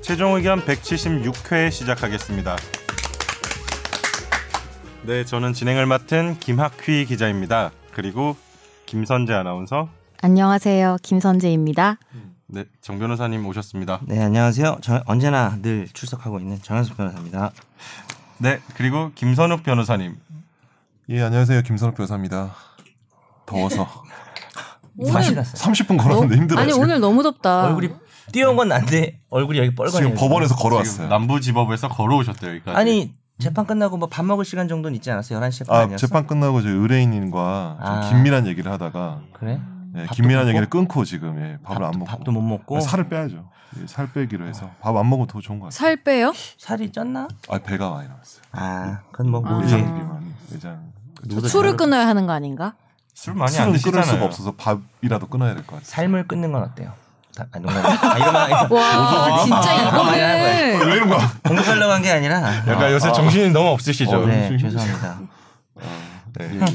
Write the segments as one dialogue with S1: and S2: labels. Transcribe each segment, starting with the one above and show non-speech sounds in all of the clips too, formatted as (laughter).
S1: 최종 의견 176회 시작하겠습니다. 네, 저는 진행을 맡은 김학휘 기자입니다. 그리고 김선재 아나운서.
S2: 안녕하세요. 김선재입니다.
S1: 네, 정 변호사님 오셨습니다.
S3: 네 안녕하세요. 저 언제나 늘 출석하고 있는 정현석 변호사입니다.
S1: 네, 그리고 김선욱 변호사님.
S4: 예 안녕하세요 김선욱 변호사입니다. 더워서
S3: 사실
S4: 30분 걸었는데 힘들어요.
S2: 아니
S4: 지금,
S2: 오늘 너무 덥다.
S3: 얼굴이 띄운 건 난데 얼굴이 여기 뻘거네요.
S4: 지금 법원에서 걸어왔어요. 아,
S1: 지금 남부지법에서 걸어오셨대요, 여기까지.
S3: 아니 재판 끝나고 뭐 밥 먹을 시간 정도는 있지 않았어요? 11시 반
S4: 아
S3: 아니었어?
S4: 재판 끝나고 이제 의뢰인님과 좀
S3: 아.
S4: 긴밀한 얘기를 하다가
S3: 그래?
S4: 예,
S3: 밥도
S4: 긴밀한
S3: 먹고?
S4: 얘기를 끊고 지금 예, 밥을
S3: 밥도,
S4: 안 먹고
S3: 밥도 못 먹고
S4: 아, 살을 빼야죠. 예, 살 빼기로 해서 밥 안 먹으면 더 좋은 것 같아요.
S2: 살 빼요?
S3: 살이 쪘나?
S4: 아 배가 많이 나왔어요.
S3: 아 그건 뭐
S2: 아.
S3: 우리
S4: 내장 비만 내장.
S3: 저도
S2: 술을
S3: 저를-
S2: 끊어야 하는 거 아닌가?
S1: 술 많이 안
S4: 술은
S1: 드시잖아요.
S4: 끓을 수가 없어서 밥이라도 끊어야 될 것 같아요.
S3: 삶을 끊는 건 어때요? 다, 아, 농담. 아, 이거만
S2: 뭐.
S3: 이거
S2: 와 진짜
S3: 거야.
S2: 이거는
S4: 왜 이런 거야?
S3: 공부하려고 한 게 아니라
S1: 약간 요새 정신이 너무 없으시죠?
S3: 어, 네 죄송합니다.
S1: 네.
S4: 예, 예.
S1: 제가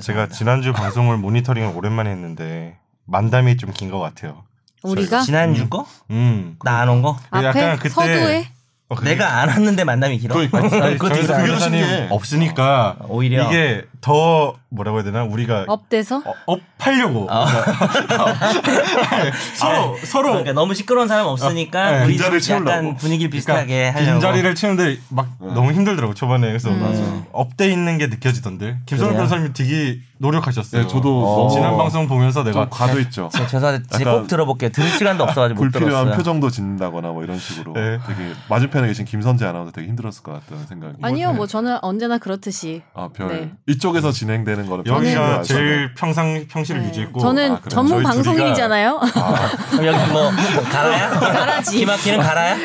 S3: 죄송합니다.
S1: 지난주 방송을 모니터링을 오랜만에 했는데 만담이 좀 긴 것 같아요.
S2: 우리가
S3: 지난주 거?
S1: 음.
S3: 나 안 온 거?
S1: 약간
S2: 앞에
S1: 그때-
S2: 서두에
S1: 어, 그게-
S3: 내가 안 왔는데 만남이 길어?
S1: 그러니까 아니,
S3: 그것도
S1: 저희
S3: 이상하다.
S1: 그 변호사님
S4: 신기해.
S1: 없으니까
S3: 어, 오히려.
S1: 이게 더 뭐라고 해야 되나 우리가
S2: 업돼서
S1: 어, 업하려고 그러니까
S3: (laughs)
S1: (laughs) 서로 서로
S3: 아. 그러니까 너무 시끄러운 사람 없으니까
S1: 네,
S3: 우리
S4: 빈자리를
S3: 좀 약간
S4: 채우려고.
S3: 분위기 비슷하게 하려고
S1: 그러니까
S3: 음.
S1: 빈자리를 채우는데 막
S4: 어.
S1: 너무 힘들더라고 초반에 그래서 업돼 있는 게 느껴지던데 김선호
S3: 그래요?
S1: 변호사님 되게 노력하셨어요.
S4: 네, 저도
S1: 지난
S4: 너무-
S1: 방송 보면서 내가
S4: 좀 과도했죠.
S3: 저 네, 죄송한데 제가 꼭 들어볼게요. 들을 시간도 없어가지고 못 들었어요.
S4: 불필요한 표정도 짓는다거나 뭐 이런 식으로
S1: 네.
S4: 되게 맞은편에 계신 김선재 아나운서 되게 힘들었을 것 같다는 생각이 네.
S2: 아니요 뭐 저는 언제나 그렇듯이
S4: 아별
S2: 네.
S4: 이쪽에서 진행되는 거는 별로
S1: 여기가
S4: 중요하지 않아요.
S1: 제일 평상 평시를
S3: 네.
S1: 유지했고
S2: 저는
S4: 아, 그래요?
S2: 전문
S4: 저희
S2: 방송인이잖아요.
S3: 그럼 여기 뭐 갈아야?
S2: 가라지.
S3: 기막히는 갈아야?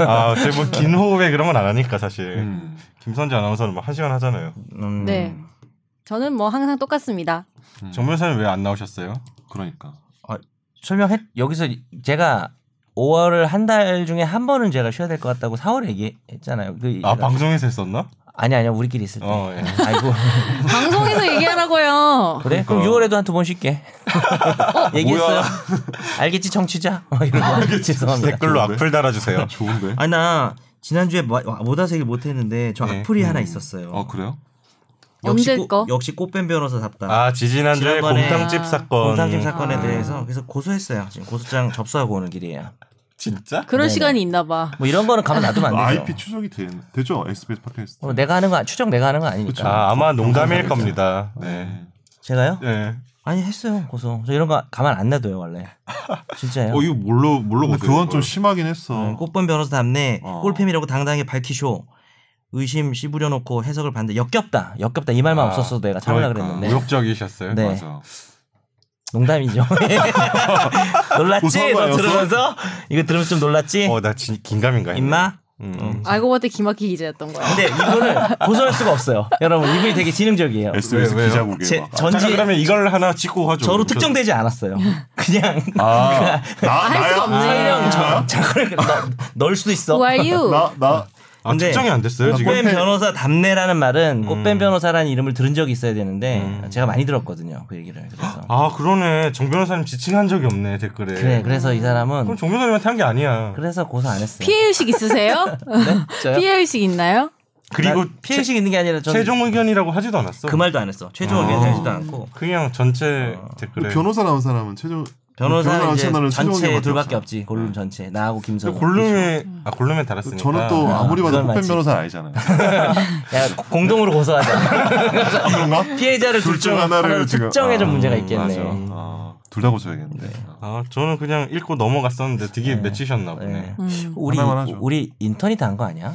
S1: 아, 제뭐긴 호흡에 그런 건 안 하니까 사실
S4: 음.
S1: 김선재 아나운서는 뭐한 시간 하잖아요.
S2: (laughs)
S3: 음,
S2: 네. 저는 뭐 항상 똑같습니다.
S1: 음. 정 변호사님 왜 안 나오셨어요?
S4: 그러니까
S3: 설명해 여기서 제가 5월을 한 달 중에 한 번은 제가 쉬어야 될 것 같다고 4월에 얘기했잖아요. 그
S1: 아 방송에서 했었나?
S3: 아니 아니야 우리끼리 있을 때.
S1: 어, 예.
S3: 아이고
S2: 방송에서 얘기하라고요.
S3: 그래? 그럼
S1: 그러니까.
S3: 6월에도 한 두 번 쉴게. 얘기했어요.
S4: 뭐야.
S3: 알겠지 청취자? 막 이러고 (laughs) 죄송합니다.
S1: 댓글로 악플
S3: (laughs)
S1: 달아주세요.
S4: 좋은데 (laughs)
S5: 아니 나 지난주에 마- 와- 못 와서 얘기 못 했는데 저
S1: 네.
S5: 악플이 하나 있었어요.
S4: 어 그래요
S5: 역시
S2: 언제
S5: 꽃-
S2: 거?
S5: 역시 꽃뱀 변호사 답다.
S1: 아 어, 예. 지지난주에
S5: 지난번에
S1: 곰탕집 사건.
S5: 공상심 사건에
S2: 아.
S5: 대해서 그래서 고소했어요. 지금 고소장 접수하고 오는 길이에요.
S1: 진짜?
S2: 그런
S3: 네네.
S2: 시간이 있나 봐.
S3: 뭐 이런 거는 가만 놔두면 안 되죠.
S4: IP 그 추적이 되, 되죠 SBS 팟캐스트
S3: 어, 내가 하는 거 추정 내가 하는 거 아니니까.
S1: 아 아마 농담일 겁니다. 네.
S3: 제가요?
S1: 예.
S3: 아니 했어요 고소. 저 이런 거 가만 안 놔둬요 원래. 진짜예요.
S6: 어 이거 뭘로 뭘로
S4: 근데
S6: 보세요?
S4: 그건 좀
S6: 이걸?
S4: 심하긴 했어
S5: 네,
S3: 음,
S5: 꽃뱀 변호사 답네
S4: 어.
S5: 꼴팸이라고 당당하게 밝히쇼. 의심 씨부려놓고 해석을 봤는데 역겹다. 역겹다 이 말만
S1: 아,
S3: 없었어도 내가 참으려
S4: 그러니까.
S3: 그랬는데.
S1: 모욕적이셨어요.
S3: 네.
S4: 맞아
S1: (laughs)
S3: 농담이죠. 놀랐지?
S4: 웃은
S3: 너
S4: 거였어?
S3: 들으면서 이거 들으면서 좀 놀랐지?
S1: 어나 진 긴가민가. 했네.
S3: 임마. 어.
S1: 음.
S2: 알고 봤더니 김학기 기자였던 거야.
S3: 근데 이분을 고소할 수가 없어요. 여러분 이분이 되게 지능적이에요.
S4: SBS
S1: 왜, 왜요?
S4: 기자국에
S3: 제,
S4: 막.
S1: 아, 잠깐
S3: 전지
S1: 그러면 이걸 하나 찍고 하죠.
S3: 저로 특정되지 않았어요. 그냥
S4: 아, 나,
S2: 할 수가
S4: 나야?
S2: 없네.
S3: 설령 저, 저 그래, 너, 널 수도 있어.
S2: Who are you?
S4: 나, 나,
S1: 아, 특정이 안 됐어요 아, 지금. 음.
S3: 꽃뱀 변호사 답례라는 말은 꽃뱀 변호사라는 이름을 들은 적이 있어야 되는데 제가 많이 들었거든요 그 얘기를 그래서
S1: 아 그러네. 정 변호사님 지칭한 적이 없네 댓글에.
S3: 그래 그래서 이
S1: 그럼
S3: 사람은
S1: 정 변호사님한테 한 게 아니야.
S3: 그래서 고소 안 했어요.
S2: 피해 의식 있으세요?
S3: 저요?
S2: 피해 의식 있나요?
S1: 그리고
S3: 난 피해식 있는 게 아니라 저는
S1: 최종 아. 의견이라고 하지도 않았어.
S5: 그 말도 안 했어. 최종 의견 되지도 않고
S1: 그냥 전체 댓글에.
S4: 그 변호사 나온 사람은 최종
S3: 변호사 이제
S4: 채널은 최종
S3: 전체
S4: 의견밖에
S3: 둘밖에
S4: 없어요.
S3: 없지 골룸 전체 나하고 김선우.
S1: 골룸에 아 골룸에 달았으니까.
S4: 그렇죠. 저는 또
S3: 아,
S4: 아무리 봐도
S3: 그건
S4: 폭팬
S3: 맞지.
S4: 변호사 아니잖아요
S3: 야 고- 공동으로 고소하자. (laughs)
S4: 그런가?
S3: 피해자를 둘 중 하나를
S4: 지금-
S3: 특정해 좀 문제가 있겠네.
S4: 맞아. 아, 둘다 고쳐야겠는데
S1: 아 저는 그냥 읽고 넘어갔었는데 되게 맺히셨나 보네.
S3: 네.
S2: 음.
S3: 우리
S4: 하나만 하죠.
S3: 우리 인턴이 다 한 거 아니야?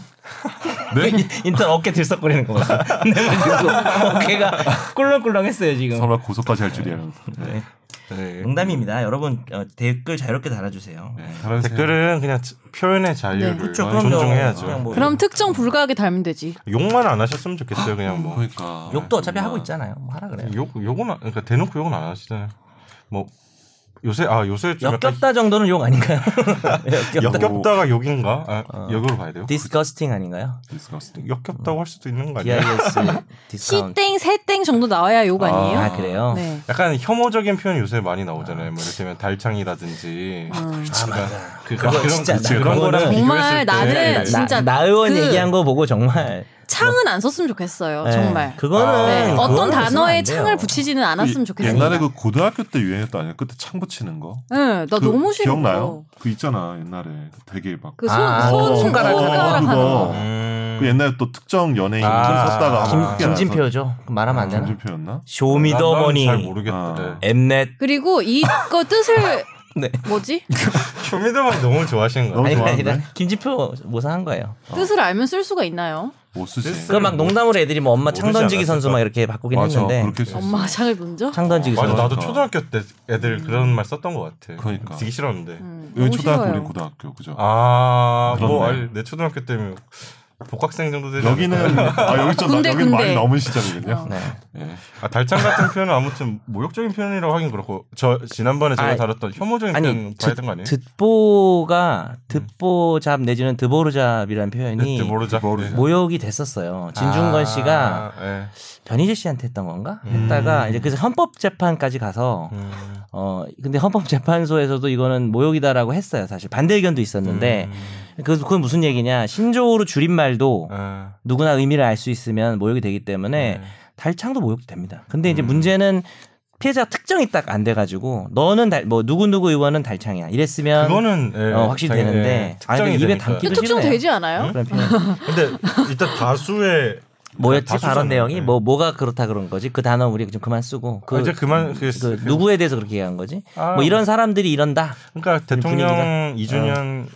S3: 인- (laughs) 인턴 어깨 들썩거리는 거 같아. 내가 지금 어깨가 꿀렁꿀렁했어요 지금.
S4: 설마 고소까지 할 줄이야
S5: 네.
S1: 네.
S5: 농담입니다. 여러분 어, 댓글 자유롭게 달아주세요.
S4: 네, 다른
S1: 댓글은 그냥 자- 표현의 자유를
S5: 그쵸, 그럼요.
S1: 존중해야죠.
S5: 그냥 뭐
S2: 그럼 특정 불가하게 달면 되지.
S1: 욕만 안 하셨으면 좋겠어요. 그냥 뭐
S4: 그러니까
S3: 욕도 어차피 하고 있잖아요. 뭐 하라 그래요.
S1: 욕, 욕은 안- 그러니까 대놓고 욕은 안 하시잖아요. 뭐 요새 아 요새 좀 약간
S3: 역겹다 정도는 욕 아닌가요? (laughs) 역겹다.
S1: 역겹다가 욕인가? 아,
S3: 어.
S1: 역으로 봐야 돼요.
S3: 디스커스팅 아닌가요?
S4: 디스커스팅.
S1: 역겹다고 할 수도 있는 거 아니에요?
S3: DIS 디스카운트.
S2: 시땡 세땡 정도 나와야 욕 아니에요?
S3: 아 그래요?
S2: 네.
S1: 약간 혐오적인 표현 요새 많이 나오잖아요. 뭐 이를테면 달창이라든지
S2: 음.
S3: 아 맞아.
S1: 그,
S3: 그거
S1: 그런-
S3: 진짜
S1: 그치,
S3: 나
S1: 그런 거랑
S3: 그거는
S1: 비교했을 때 네,
S2: 정말 나는
S1: 나-
S2: 진짜
S3: 나, 나 의원
S2: 그-
S3: 얘기한 거 보고 정말
S2: 창은 안 썼으면 좋겠어요.
S3: 예,
S2: 정말.
S3: 그거는
S2: 네.
S3: 그거는
S2: 어떤
S3: 쓰면
S2: 단어에
S3: 안 돼요.
S2: 창을 붙이지는 않았으면 좋겠어요.
S4: 옛날에 그 고등학교 때 유행했던 아니야? 그때 창 붙이는 거.
S2: 네, 나
S4: 그
S2: 너무 싫어.
S4: 기억나요? 그 있잖아 옛날에 그 되게 막.
S2: 그
S4: 그,
S2: 손,
S3: 아,
S2: 손,
S3: 어,
S2: 손가락,
S3: 손가락 하는 거.
S2: 손가락 하는 거.
S7: 음.
S1: 그
S4: 옛날에 또 특정 연예인
S1: 아,
S4: 손 썼다가
S1: 김-
S4: 한번 크게 나서-
S3: 김진표죠. 그거 말하면 안 되나?
S4: 김진표였나?
S1: 난잘
S3: 쇼미더머니,
S1: 모르겠다.
S4: 아.
S1: 네.
S3: 엠넷.
S2: 그리고 이거 뜻을
S3: 네.
S2: 뭐지?
S1: 쇼미더머니 아. 너무 좋아하시는 거
S4: 너무
S1: 같아요.
S3: 아니 그게
S4: 좋아하는데?
S3: 아니라 김진표 모사한 거예요.
S2: 뜻을 알면 쓸 수가 있나요?
S4: 못 쓰지.
S1: 그럼
S3: 그 막 농담으로 애들이 뭐 엄마 창
S1: 모르지
S3: 던지기
S1: 않았을까?
S3: 선수 막 이렇게 바꾸긴
S4: 맞아
S3: 했는데
S4: 그렇게 썼어.
S2: 엄마가 창을 문져?
S3: 창 던지기
S1: 맞아
S3: 선수.
S1: 나도
S4: 그러니까.
S1: 초등학교 때 애들 그런 말 썼던 것 같아.
S4: 그러니까.
S1: 되게 싫었는데.
S2: 음,
S4: 여기
S2: 너무
S4: 초등학교
S2: 싫어요.
S4: 우리 고등학교 그죠?
S3: 아,
S1: 아뭐
S4: 그렇네.
S1: 내 초등학교 때면 뭐 복학생 정도 되죠.
S4: 여기는 아 여기 좀
S2: 근데,
S4: 여기 는 많이
S2: 근데.
S4: 넘은 시점이군요.
S3: 네.
S4: 예.
S1: 아, 달창 같은 표현은 아무튼 모욕적인 표현이라고 하긴 그렇고 저 지난번에 제가
S3: 아니,
S1: 다뤘던 혐오적인 표현
S3: 아니
S1: 봐야 되는 거 아니에요?
S3: 듣, 보가 듣보잡 내지는 드보르잡이라는 표현이
S1: 듣 모르자. 네.
S3: 모욕이 됐었어요. 진중권
S1: 아,
S3: 씨가
S1: 예.
S3: 변희재 씨한테 했던 건가?
S1: 음.
S3: 했다가 이제 그래서 헌법재판까지 가서
S1: 음.
S3: 어 근데 헌법재판소에서도 이거는 모욕이다라고 했어요. 사실 반대 의견도 있었는데
S1: 음.
S3: 그 그건 무슨 얘기냐? 신조어로 줄임말도
S1: 아,
S3: 누구나 의미를 알 수 있으면 모욕이 되기 때문에
S1: 네.
S3: 달창도 모욕도 됩니다. 근데 이제
S1: 음.
S3: 문제는 피해자 특정이 딱 안 돼가지고 너는 달, 뭐 누구 누구 의원은 달창이야 이랬으면
S1: 그거는 예,
S3: 어, 확실히
S1: 당연히,
S3: 되는데
S1: 예,
S3: 아니, 근데
S1: 특정이
S3: 입에
S1: 입에 담기.
S3: 담기-
S2: 이거 특정 되지 않아요?
S3: 그런 표현.
S1: 근데 일단 다수의
S3: (laughs)
S1: 음.
S3: 뭐였지
S1: 다
S3: 발언
S1: 쓰잖아요.
S3: 내용이
S1: 네.
S3: 뭐 뭐가 그렇다 그런 거지 그 단어 우리 좀 그만 쓰고 그,
S1: 아, 이제 그만 그,
S3: 그
S1: 그-
S3: 누구에 대해서 그렇게 얘기한 거지
S1: 아,
S3: 뭐 이런 사람들이 이런다
S1: 그러니까 대통령
S3: 분위기가. 어.
S1: 이준현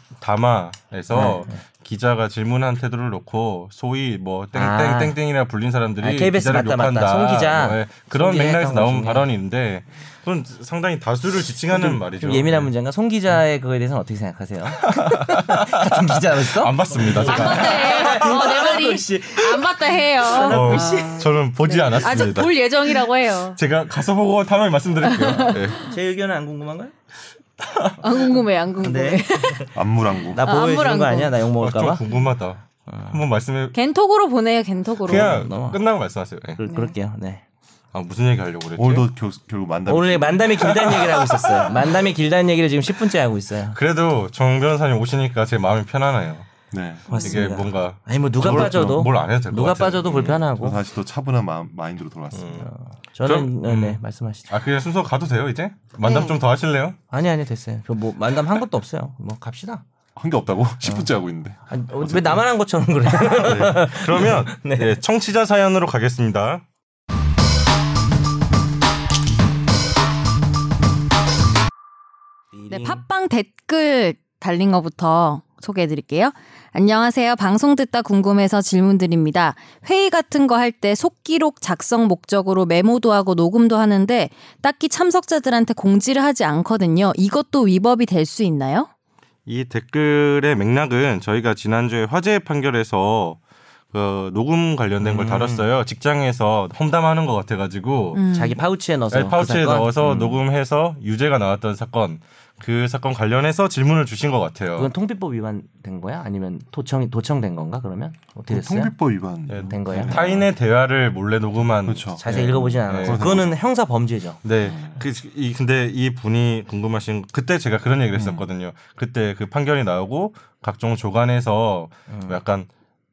S1: 담화에서
S3: 네,
S1: 기자가 질문한 태도를 놓고 소위 뭐
S3: 아.
S1: 땡땡땡땡이라 불린 사람들이
S3: 아, KBS
S1: 기자를
S3: 맞다, 맞다.
S1: 욕한다.
S3: 송 기자.
S1: 뭐, 예, 그런
S3: 송 기자
S1: 맥락에서
S3: 했던 거
S1: 나온
S3: 중에.
S1: 발언이 있는데 그건 상당히 다수를 지칭하는 말이죠.
S3: 좀 예민한
S1: 예.
S3: 문제인가 송 기자의 그거에 대해서는 어떻게 생각하세요 (laughs) 같은 기자로서
S1: 안 봤습니다.
S2: 안
S1: 제가.
S2: 봤다 해요. 어, 내 말이 안 봤다 해요.
S1: 어,
S2: 아.
S1: 저는
S3: 네.
S1: 보지
S2: 아직
S1: 않았습니다.
S2: 볼 예정이라고 해요.
S1: 제가 가서 보고 다음에 말씀드릴게요.
S3: (laughs)
S1: 예.
S3: 제 의견은 안 궁금한가요
S2: 안 궁금해, 안 궁금해.
S1: 네.
S4: 안무랑고.
S3: 나
S2: 아,
S3: 보호해주는 거
S2: 아무런
S3: 아니야 나 욕
S1: 아, 좀
S3: 먹을까봐 어.
S1: 궁금하다. 한번 말씀해.
S2: (laughs) 겐톡으로 보내요, 겐톡으로.
S1: 그냥
S3: 넘어가.
S1: 끝나고 말씀하세요. 예.
S3: 그, 그럴게요 네
S1: 아 무슨 얘기 하려고 그랬지?
S4: 오늘도 겨- 결국 만담.
S3: 오늘 만담이 길다는 얘기를 하고 있었어요 만담이 길다는 얘기를 지금 10분째 하고 있어요
S1: 그래도 정 변호사님 오시니까 제 마음이 편하네요.
S4: 네.
S1: 이게
S3: 맞습니다
S1: 뭔가
S3: 아니 뭐 누가
S1: 뭘-
S3: 빠져도
S1: 뭘안 해도 될것
S3: 누가
S1: 같아요.
S3: 빠져도
S1: 음.
S4: 저
S3: 불편하고
S4: 다시 또 차분한 마음, 마인드로 돌아왔습니다.
S3: 저는
S1: 그럼-
S3: 네, 네 말씀하시죠
S1: 아 그냥 순서 가도 돼요 이제? 만담
S2: 네.
S1: 좀 더 하실래요?
S3: 아니 아니 됐어요 저 뭐 만담 한 것도 없어요 뭐 갑시다
S4: 한 게 없다고?
S3: 음.
S4: (laughs) 10분째 하고 있는데.
S3: 아니, 어, 왜 나만 한 것처럼 그래? (laughs)
S1: 그러면
S3: 네.
S1: 예, 청취자 사연으로 가겠습니다.
S2: 네, 팟빵 댓글 달린 거부터 소개해 드릴게요. 안녕하세요. 방송 듣다 궁금해서 질문 드립니다. 회의 같은 거 할 때 속기록 작성 목적으로 메모도 하고 녹음도 하는데 딱히 참석자들한테 공지를 하지 않거든요. 이것도 위법이 될 수 있나요?
S1: 이 댓글의 맥락은 저희가 지난주에 화재 판결에서 그 녹음 관련된 걸
S3: 음.
S1: 다뤘어요. 직장에서 험담하는 것 같아가지고
S2: 음.
S3: 자기 파우치에 넣어서
S1: 네, 파우치에
S3: 그 사건?
S1: 넣어서
S3: 음.
S1: 녹음해서 유죄가 나왔던 사건 그 사건 관련해서 질문을 주신 것 같아요.
S3: 그건 통비법 위반된 거야? 아니면 도청 도청된 건가? 그러면 어떻게 됐어요?
S4: 통비법 위반.
S1: 네,
S3: 된 (laughs) 거예요.
S1: 타인의 대화를 몰래 녹음한
S4: 그렇죠.
S3: 자세히
S1: 네.
S3: 읽어보진
S1: 네.
S3: 않았고 그거는 형사 범죄죠.
S1: 네.
S3: 음.
S1: 그, 이, 근데 이 분이 궁금하신, 그때 제가 그런 얘기를 했었거든요. 그때 그 판결이 나오고, 각종 조간에서
S4: 음.
S1: 약간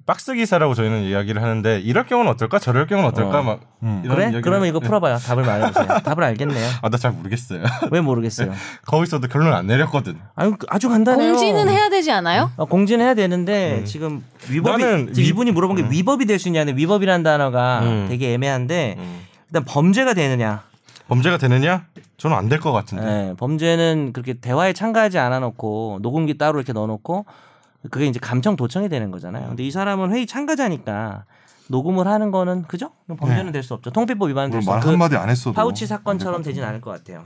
S1: 박스 기사라고 저희는 이야기를 하는데, 이럴 경우는 어떨까? 저럴 경우는 어떨까?
S3: 어.
S1: 막,
S4: 음.
S1: 이런
S3: 그래?
S1: 이야기를-
S3: 그러면 이거
S1: 네.
S3: 풀어봐요. 답을 말해보세요.
S1: (laughs)
S3: 답을 알겠네요.
S1: 아, 나 잘 모르겠어요. (laughs)
S3: 왜 모르겠어요?
S1: 거기서도 결론 안 내렸거든.
S3: 아유 그- 아주 간단해요.
S2: 공지는 해야 되지 않아요?
S3: 어, 공지는 해야 되는데 지금 위법이
S1: 네. 나는
S3: 지금
S1: 위-
S3: 이분이 물어본 게 위법이 될 수 있냐는 위법이라는 단어가
S1: 음.
S3: 되게 애매한데 일단 범죄가 되느냐?
S1: 범죄가 되느냐? 저는 안 될 것 같은데.
S3: 예, 범죄는 그렇게 대화에 참가하지 않아 놓고 녹음기 따로 이렇게 넣어 놓고 그게 이제 감청 도청이 되는 거잖아요. 근데 이 사람은 회의 참가자니까 녹음을 하는 거는 그죠? 그럼 범죄는 될 수 없죠. 통피법 위반은
S4: 오늘
S3: 될 수
S4: 네. 말
S3: 없죠. 그
S4: 한마디 안 했어도. 뭐
S3: 파우치 사건처럼 되진 않을 것 같아요.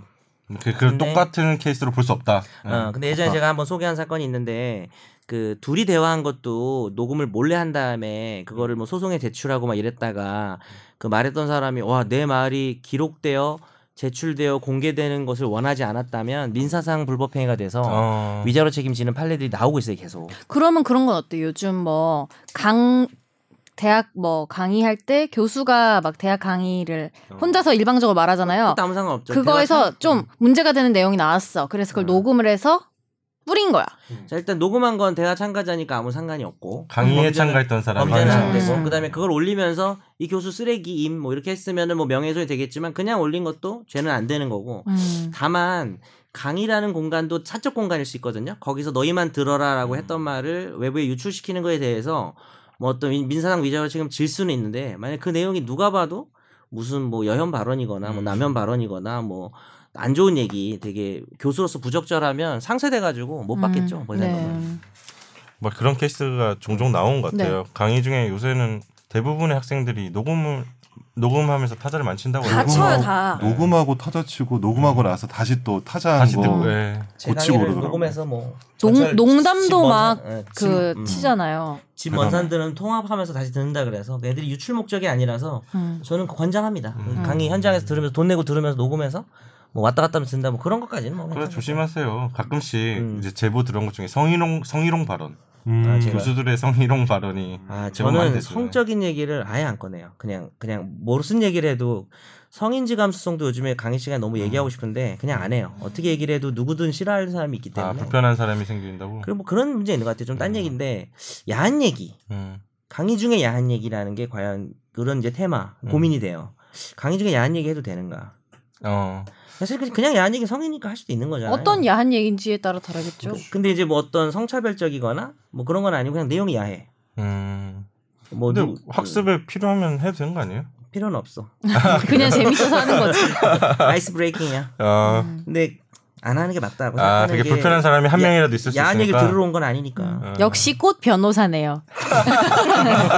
S1: 그, 그
S3: 근데-
S1: 똑같은 케이스로 볼 수 없다.
S4: 네.
S1: 음.
S3: 어, 근데 예전에 제가 한번 소개한 사건이 있는데 그 둘이 대화한 것도 녹음을 몰래 한 다음에 그거를 뭐 소송에 제출하고 막 이랬다가 그 말했던 사람이 와 내 말이 기록되어 제출되어 공개되는 것을 원하지 않았다면 민사상 불법행위가 돼서
S4: 아.
S1: 어.
S3: 위자료 책임지는 판례들이 나오고 있어요 계속.
S2: 그러면 그런 건 어때요? 요즘 뭐 강 대학 뭐 강의할 때 교수가 막 대학 강의를 혼자서 일방적으로 말하잖아요.
S3: 그것도 아무 상관없죠. 어. 음. 대화
S2: 어. 그거에서
S3: 참-
S2: 좀 문제가 되는 내용이 나왔어. 그래서 그걸
S3: 음.
S2: 녹음을 해서 뿌린 거야.
S3: 자 일단 녹음한 건 대화 참가자니까 아무 상관이 없고
S1: 강의에
S3: 범죄는-
S1: 참가했던 사람이
S3: 범죄는
S2: 음.
S3: 안 되고
S2: 음.
S3: 그다음에 그걸 올리면서 이 교수 쓰레기임 뭐 이렇게 했으면은 뭐 명예훼손이 되겠지만 그냥 올린 것도 죄는 안 되는 거고 다만 강의라는 공간도 사적 공간일 수 있거든요. 거기서 너희만 들어라라고
S1: 음.
S3: 했던 말을 외부에 유출시키는 거에 대해서 뭐 어떤 민- 민사상 위자료 책임 질 수는 있는데 만약 그 내용이 누가 봐도 무슨 뭐 여현 발언이거나 뭐
S1: 음.
S3: 남현 발언이거나 뭐 안 좋은 얘기 되게 교수로서 부적절하면 상세돼 가지고
S2: 음.
S3: 못 받겠죠. 뭐
S2: 네.
S3: 이런 거는.
S1: 뭐 그런 케이스가 종종 나온 것 같아요. 강의 중에 요새는 대부분의 학생들이 녹음을 녹음하면서 타자를
S3: 어,
S1: 만친다고
S2: 다
S1: 해요.
S3: 뭐
S2: 쳐요 다.
S4: 녹음하고 타자 치고 녹음하고 나서 다시 또 타자
S1: 다시
S4: 한거
S1: 듣고 예.
S3: 제
S4: 고치고
S3: 강의를
S4: 그러더라고요.
S3: 녹음해서 뭐
S2: 농-
S3: 전철
S2: 농담도
S3: 집
S2: 막
S3: 원산- 예,
S2: 그
S3: 집- 음.
S2: 치잖아요.
S3: 집 원산들은 통합하면서 다시 듣는다 그래서 애들이 유출 목적이 아니라서
S2: 음.
S3: 저는 권장합니다. 음, 강의 현장에서 들으면서 돈 내고 들으면서 녹음해서 뭐 왔다 갔다 하면서 듣는다 뭐 그런 것까지는 뭐
S1: 그래
S3: 괜찮아요.
S1: 그렇죠. 조심하세요. 가끔씩
S3: 음.
S1: 이제 제보 들어온 것 중에 성희롱 성희롱 발언,
S4: 음.
S3: 아, 제가-
S1: 교수들의 성희롱 발언이
S3: 아,
S1: 제법 많이
S3: 저는
S1: 됐어요.
S3: 성적인 얘기를 아예 안 꺼내요. 그냥 그냥 무슨 얘기를 해도 성인지 감수성도 요즘에 강의 시간에 너무
S1: 음.
S3: 얘기하고 싶은데 그냥 안 해요. 어떻게 얘기를 해도 누구든 싫어하는 사람이 있기
S1: 아
S3: 때문에.
S1: 불편한 음. 사람이 생긴다고.
S3: 그리고 뭐 그런 문제 있는 것 같아요. 좀 딴 얘기인데 야한 얘기.
S1: 음.
S3: 강의 중에 야한 얘기라는 게 과연 그런 이제 테마
S1: 음.
S3: 고민이 돼요. 강의 중에 야한 얘기 해도 되는가?
S1: 어.
S3: 사실 그- 그냥 야한 얘기 성이니까 할 수도 있는 거잖아요.
S2: 어떤 야한 얘기인지에 따라 다르겠죠.
S3: 그- 근데 이제 뭐 어떤 성차별적이거나 뭐 그런 건 아니고 그냥 내용이 야해.
S1: 음.
S3: 뭐
S1: 근데
S3: 누구-
S1: 학습에 필요하면 해도 되는 거 아니에요?
S3: 음, 필요는 없어. 그러니까.
S2: 그냥 재밌어서 하는 거지. 음.
S3: 아이스 브레이킹이야.
S1: 아,
S3: 근데 안 하는 게 맞다고
S1: 아
S3: 생각하는
S1: 되게
S3: 게
S1: 불편한 사람이 한
S3: 음. 야-
S1: 명이라도 있을 수
S3: 야한 얘기
S1: 있으니까.
S3: 들으러 온 건 아니니까.
S1: 어.
S2: 역시 꽃 변호사네요.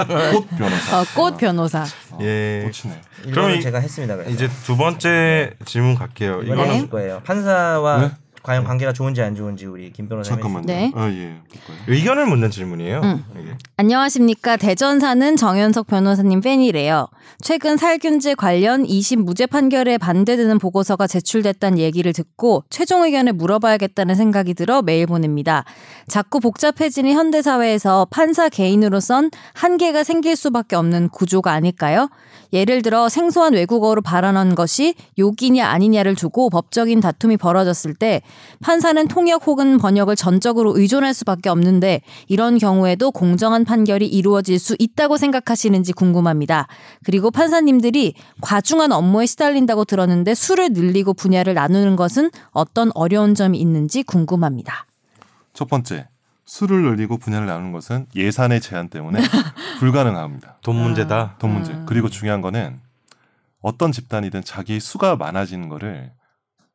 S3: 네.
S4: 꽃 변호사
S2: 어, 꽃 변호사.
S1: 예.
S4: 꽃이네.
S1: 그럼
S3: 이거는
S1: 이-
S3: 제가 했습니다. 그래서.
S1: 이제 두 번째 질문 갈게요.
S3: 이번에
S1: 이거는
S3: 하실 거예요. 판사와
S1: 네?
S3: 과연 관계가 좋은지 안 좋은지 우리 김 변호사님.
S4: 잠깐만요.
S2: 네.
S4: 아 예. 볼까요?
S1: 의견을 묻는 질문이에요.
S2: 응.
S1: 이게.
S2: 안녕하십니까. 대전 사는 정현석 변호사님 팬이래요. 최근 살균제 관련 2심 무죄 판결에 반대되는 보고서가 제출됐다는 얘기를 듣고 최종 의견을 물어봐야겠다는 생각이 들어 메일 보냅니다. 자꾸 복잡해지는 현대사회에서 판사 개인으로선 한계가 생길 수밖에 없는 구조가 아닐까요? 예를 들어 생소한 외국어로 발언한 것이 욕이냐 아니냐를 두고 법적인 다툼이 벌어졌을 때 판사는 통역 혹은 번역을 전적으로 의존할 수밖에 없는데 이런 경우에도 공정한 판결이 이루어질 수 있다고 생각하시는지 궁금합니다. 그리고 판사님들이 과중한 업무에 시달린다고 들었는데 수를 늘리고 분야를 나누는 것은 어떤 어려운 점이 있는지 궁금합니다.
S4: 첫 번째 수를 늘리고 분야를 나누는 것은 예산의
S3: (laughs)
S4: 제한 때문에 불가능합니다.
S2: 음.
S1: 돈 문제다.
S4: 돈
S3: 음.
S4: 문제. 그리고 중요한 거는 어떤 집단이든 자기 수가 많아지는 거를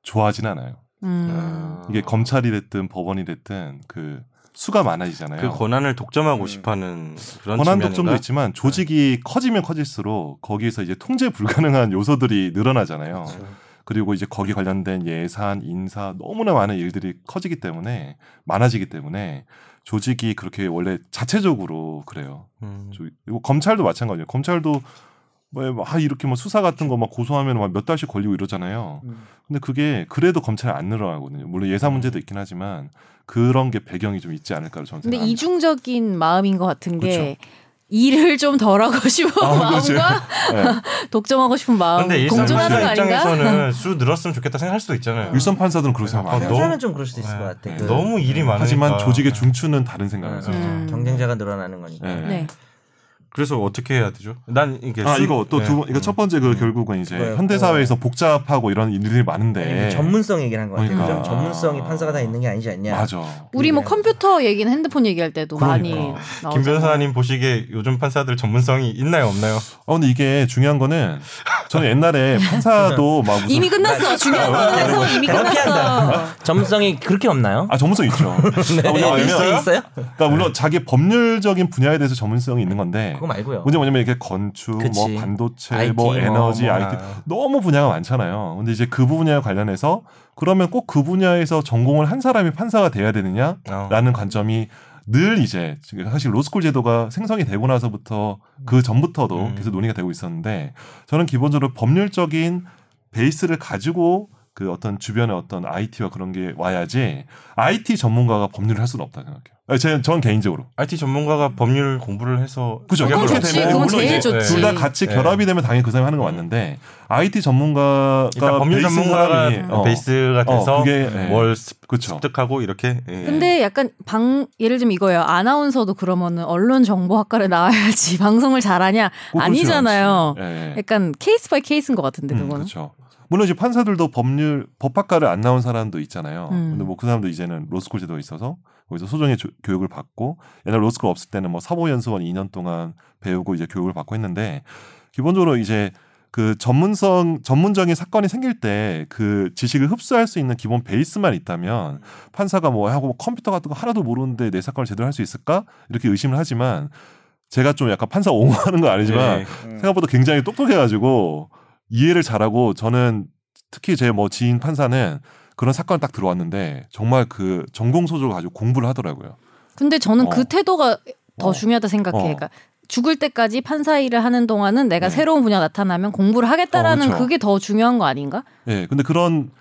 S4: 좋아하진 않아요.
S2: 음.
S1: 아.
S4: 이게 검찰이 됐든 법원이 됐든 그 수가 많아지잖아요.
S1: 그 권한을 독점하고
S4: 음.
S1: 싶어하는 그런
S4: 권한
S1: 측면인가?
S4: 독점도 있지만
S1: 네.
S4: 조직이 커지면 커질수록 거기에서 이제 통제 불가능한 (laughs) 요소들이 늘어나잖아요.
S1: 그렇죠.
S2: 그렇죠.
S4: 그리고 이제 거기 관련된 예산, 인사 너무나 많은 일들이 커지기 때문에 많아지기 때문에 조직이 그렇게 원래 자체적으로 그래요.
S1: 음.
S4: 저- 이거 검찰도 마찬가지예요. 검찰도 뭐아 이렇게 뭐 수사
S1: 그렇죠.
S4: 같은 거 막 고소하면 막 몇 달씩 걸리고 이러잖아요.
S3: 음.
S4: 근데 그게 그래도 검찰이 안 늘어나거든요. 물론 예산
S1: 네.
S4: 문제도 있긴 하지만 그런 게 배경이 좀 있지 않을까로 저는
S2: 근데
S4: 생각합니다.
S2: 이중적인 마음인 것 같은 게 일을 좀 덜하고 (laughs) 싶은
S4: 그렇죠. 아, 그렇죠.
S2: 마음과 (laughs)
S4: 네.
S2: 독점하고 싶은 마음
S1: 근데
S2: 공존하는 거
S1: 일선판사
S2: 아닌가? (laughs)
S1: 입장에서는 수 늘었으면 좋겠다 생각할 수도 있잖아요.
S4: 일선 판사들은 그렇게 생각
S1: 아,
S4: 안 해요.
S3: 판사는
S1: 너무-
S3: 좀 그럴 수도 있을
S1: 네.
S3: 것 같아. 그
S1: 너무 일이 많으니까. 네.
S4: 하지만 조직의 중추는 다른
S3: 음,
S4: 생각을 해요.
S1: 아,
S2: 음.
S3: 경쟁자가 늘어나는 거니까.
S4: 네.
S2: 네.
S1: 그래서 어떻게 해야 되죠? 난 이게
S4: 아
S1: 수-
S4: 이거 또
S1: 네.
S4: 두 번 이거 첫 번째 그 결국은 이제
S3: 그거요.
S4: 현대 사회에서 복잡하고 이런 일들이 많은데
S3: 아니면 전문성 얘기를 한 것 같아요.
S4: 그러니까.
S3: 좀 전문성이 판사가 다 있는 게 아니지 않냐.
S4: 맞아.
S2: 우리 뭐 컴퓨터 얘기는 핸드폰 얘기할 때도 많이
S1: 네.
S4: 그러니까.
S1: 김
S2: 나오잖아요.
S1: 변호사님 보시기에 요즘 판사들 전문성이 있나요 없나요?
S4: 어 근데 이게 중요한 거는 저는
S3: (laughs)
S4: 옛날에 판사도 막 무슨
S3: 그
S2: 이미 끝났어. 중요한
S1: 그러니까 뭐
S2: 거에서 그러니까 이미
S3: 그렇게
S2: 끝났어.
S1: (laughs)
S3: 한다. 전문성이 그렇게 없나요?
S4: 아 전문성 있죠. 아,
S3: (laughs) 네,
S4: 왜냐면
S3: 있어요? 있어요?
S4: 그러니까 물론 자기 법률적인 분야에 대해서 전문성이 있는 건데
S3: 그거 말고요.
S4: 문제 뭐냐면 이렇게 건축,
S3: 그치.
S4: 뭐 반도체,
S3: IT,
S4: 뭐
S3: 뭐,
S4: 에너지,
S1: 어,
S3: 뭐.
S4: IT 너무 분야가 많잖아요. 근데 이제 그 분야에 관련해서 그러면 꼭 그 분야에서 전공을 한 사람이 판사가 돼야 되느냐?
S1: 어.
S4: 라는 관점이 늘 이제 지금 사실 로스쿨 제도가 생성이 되고 나서부터 그 전부터도
S1: 음.
S4: 계속 논의가 되고 있었는데 저는 기본적으로 법률적인 베이스를 가지고 그 어떤 주변의 어떤 IT와 그런 게 와야지 IT 전문가가 법률을 할 수는 없다 생각해요. 아니, 제- 전 개인적으로.
S1: IT 전문가가 법률 공부를 해서
S4: 그죠.
S1: 어, 그게
S4: 그건
S1: 물론
S4: 좋지.
S1: 되면
S4: 그건
S1: 물론
S4: 제일
S1: 이제
S2: 좋지.
S4: 둘 다 같이
S1: 네.
S4: 결합이 되면 당연히 그 사람이 하는 건 맞는데 IT 전문가가
S1: 일단 법률
S4: 베이스인
S1: 전문가가 그
S4: 사람이, 어,
S1: 베이스가
S4: 어,
S1: 돼서
S4: 그게, 네.
S1: 뭘 습-
S4: 그쵸.
S1: 습득하고 이렇게 예.
S2: 근데 약간 방 예를 들면 이거예요. 아나운서도 그러면은 언론 정보학과를 나와야지 (laughs) 방송을 잘하냐
S4: 꼭 그렇지
S2: 아니잖아요.
S4: 않지. 예, 예.
S2: 약간 케이스 바이 케이스인 것 같은데
S4: 음,
S2: 그거는.
S4: 그렇죠. 물론 이제 판사들도 법률 법학과를 안 나온 사람도 있잖아요.
S2: 음.
S4: 근데 뭐 그 사람도 이제는 로스쿨 제도가 있어서 거기서 소정의 조- 교육을 받고 옛날 로스쿨 없을 때는 뭐 사법연수원 2년 동안 배우고 이제 교육을 받고 했는데 기본적으로 이제 그 전문성 전문적인 사건이 생길 때 그 지식을 흡수할 수 있는 기본 베이스만 있다면 판사가 뭐 하고 뭐 컴퓨터 같은 거 하나도 모르는데 내 사건을 제대로 할 수 있을까 이렇게 의심을 하지만 제가 좀 약간 판사 옹호하는 건 아니지만
S1: 예.
S2: 음.
S4: 생각보다 굉장히 똑똑해가지고 이해를 잘하고 저는 특히 제 뭐 지인 판사는 그런 사건 딱 들어왔는데 정말 그 전공 소조를 가지고 공부를 하더라고요.
S2: 근데 저는
S4: 어.
S2: 그 태도가 더
S4: 어.
S2: 중요하다 생각해.
S4: 어.
S2: 그러니까 죽을 때까지 판사 일을 하는 동안은 내가
S4: 네.
S2: 새로운 분야 나타나면 공부를 하겠다라는
S4: 어, 그렇죠.
S2: 그게 더 중요한 거 아닌가?
S4: 예. 근데 그런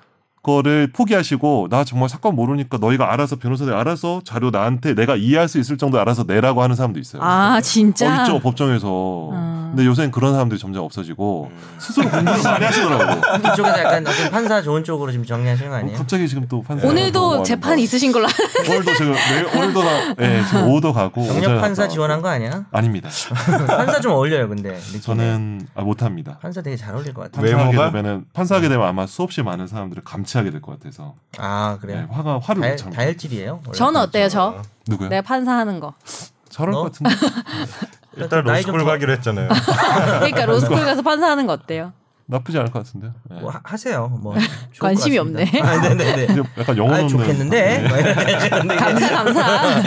S4: 거를 포기하시고 나 정말 사건 모르니까 너희가 알아서 변호사들 알아서 자료 나한테 내가 이해할 수 있을 정도 알아서 내라고 하는 사람도 있어요.
S2: 아
S4: 어,
S2: 진짜.
S4: 있죠 법정에서.
S2: 음.
S4: 근데 요새는 그런 사람들이 점점 없어지고
S3: 음.
S4: 스스로 공부를 많이 하시더라고요.
S3: 한두 쪽에서 약간 어떤 판사 좋은 쪽으로 지금 정리하시는 거 (laughs) 아니에요?
S4: 갑자기 지금 또 판사
S2: 오늘도 재판 있으신 걸로. 알-
S4: 오늘도 제가 내- 오늘도 나- 예 지금 오도 가고
S3: 경력
S4: 오전에
S3: 판사
S4: 갔다
S3: 지원한
S4: 왔고.
S3: 거 아니야? 네.
S4: 아닙니다.
S3: 판사 좀 어울려요, 근데. 느낌에.
S4: 저는 아, 못합니다.
S3: 판사 되게 잘 어울릴 것 같아.
S1: 왜?
S3: 요
S4: 판사하게
S1: 외모가?
S4: 되면은 판사하게 되면 아마 수없이 많은 사람들을 감치하게 될 것 같아서
S3: 아
S4: 네,
S3: 그래요?
S4: 화가 화를 못
S3: 다,
S4: 참고
S3: 다혈질이에요?
S4: 네.
S3: 원래?
S2: 저는 어때요 저?
S4: 누구요?
S2: 내가 판사하는 거.
S4: 저럴
S3: 너?
S4: 것 같은데
S3: (laughs)
S1: 일단
S3: 나이 좀
S1: 로스쿨
S3: 더-
S1: 가기로
S3: (laughs)
S1: 했잖아요.
S4: (laughs)
S2: 그러니까 로스쿨 가서 판사하는 거 어때요?
S4: 나쁘지 않을 것 같은데. 네.
S3: 뭐 하, 하세요.
S2: (laughs)
S3: 뭐 좋을 것
S2: 관심이
S3: 같습니다.
S2: 없네.
S3: 아, 네네네.
S4: 이제 약간 영혼
S3: 아
S4: 없는 네.
S3: 좋겠는데. 뭐 이러는데 이게
S2: 감사 감사.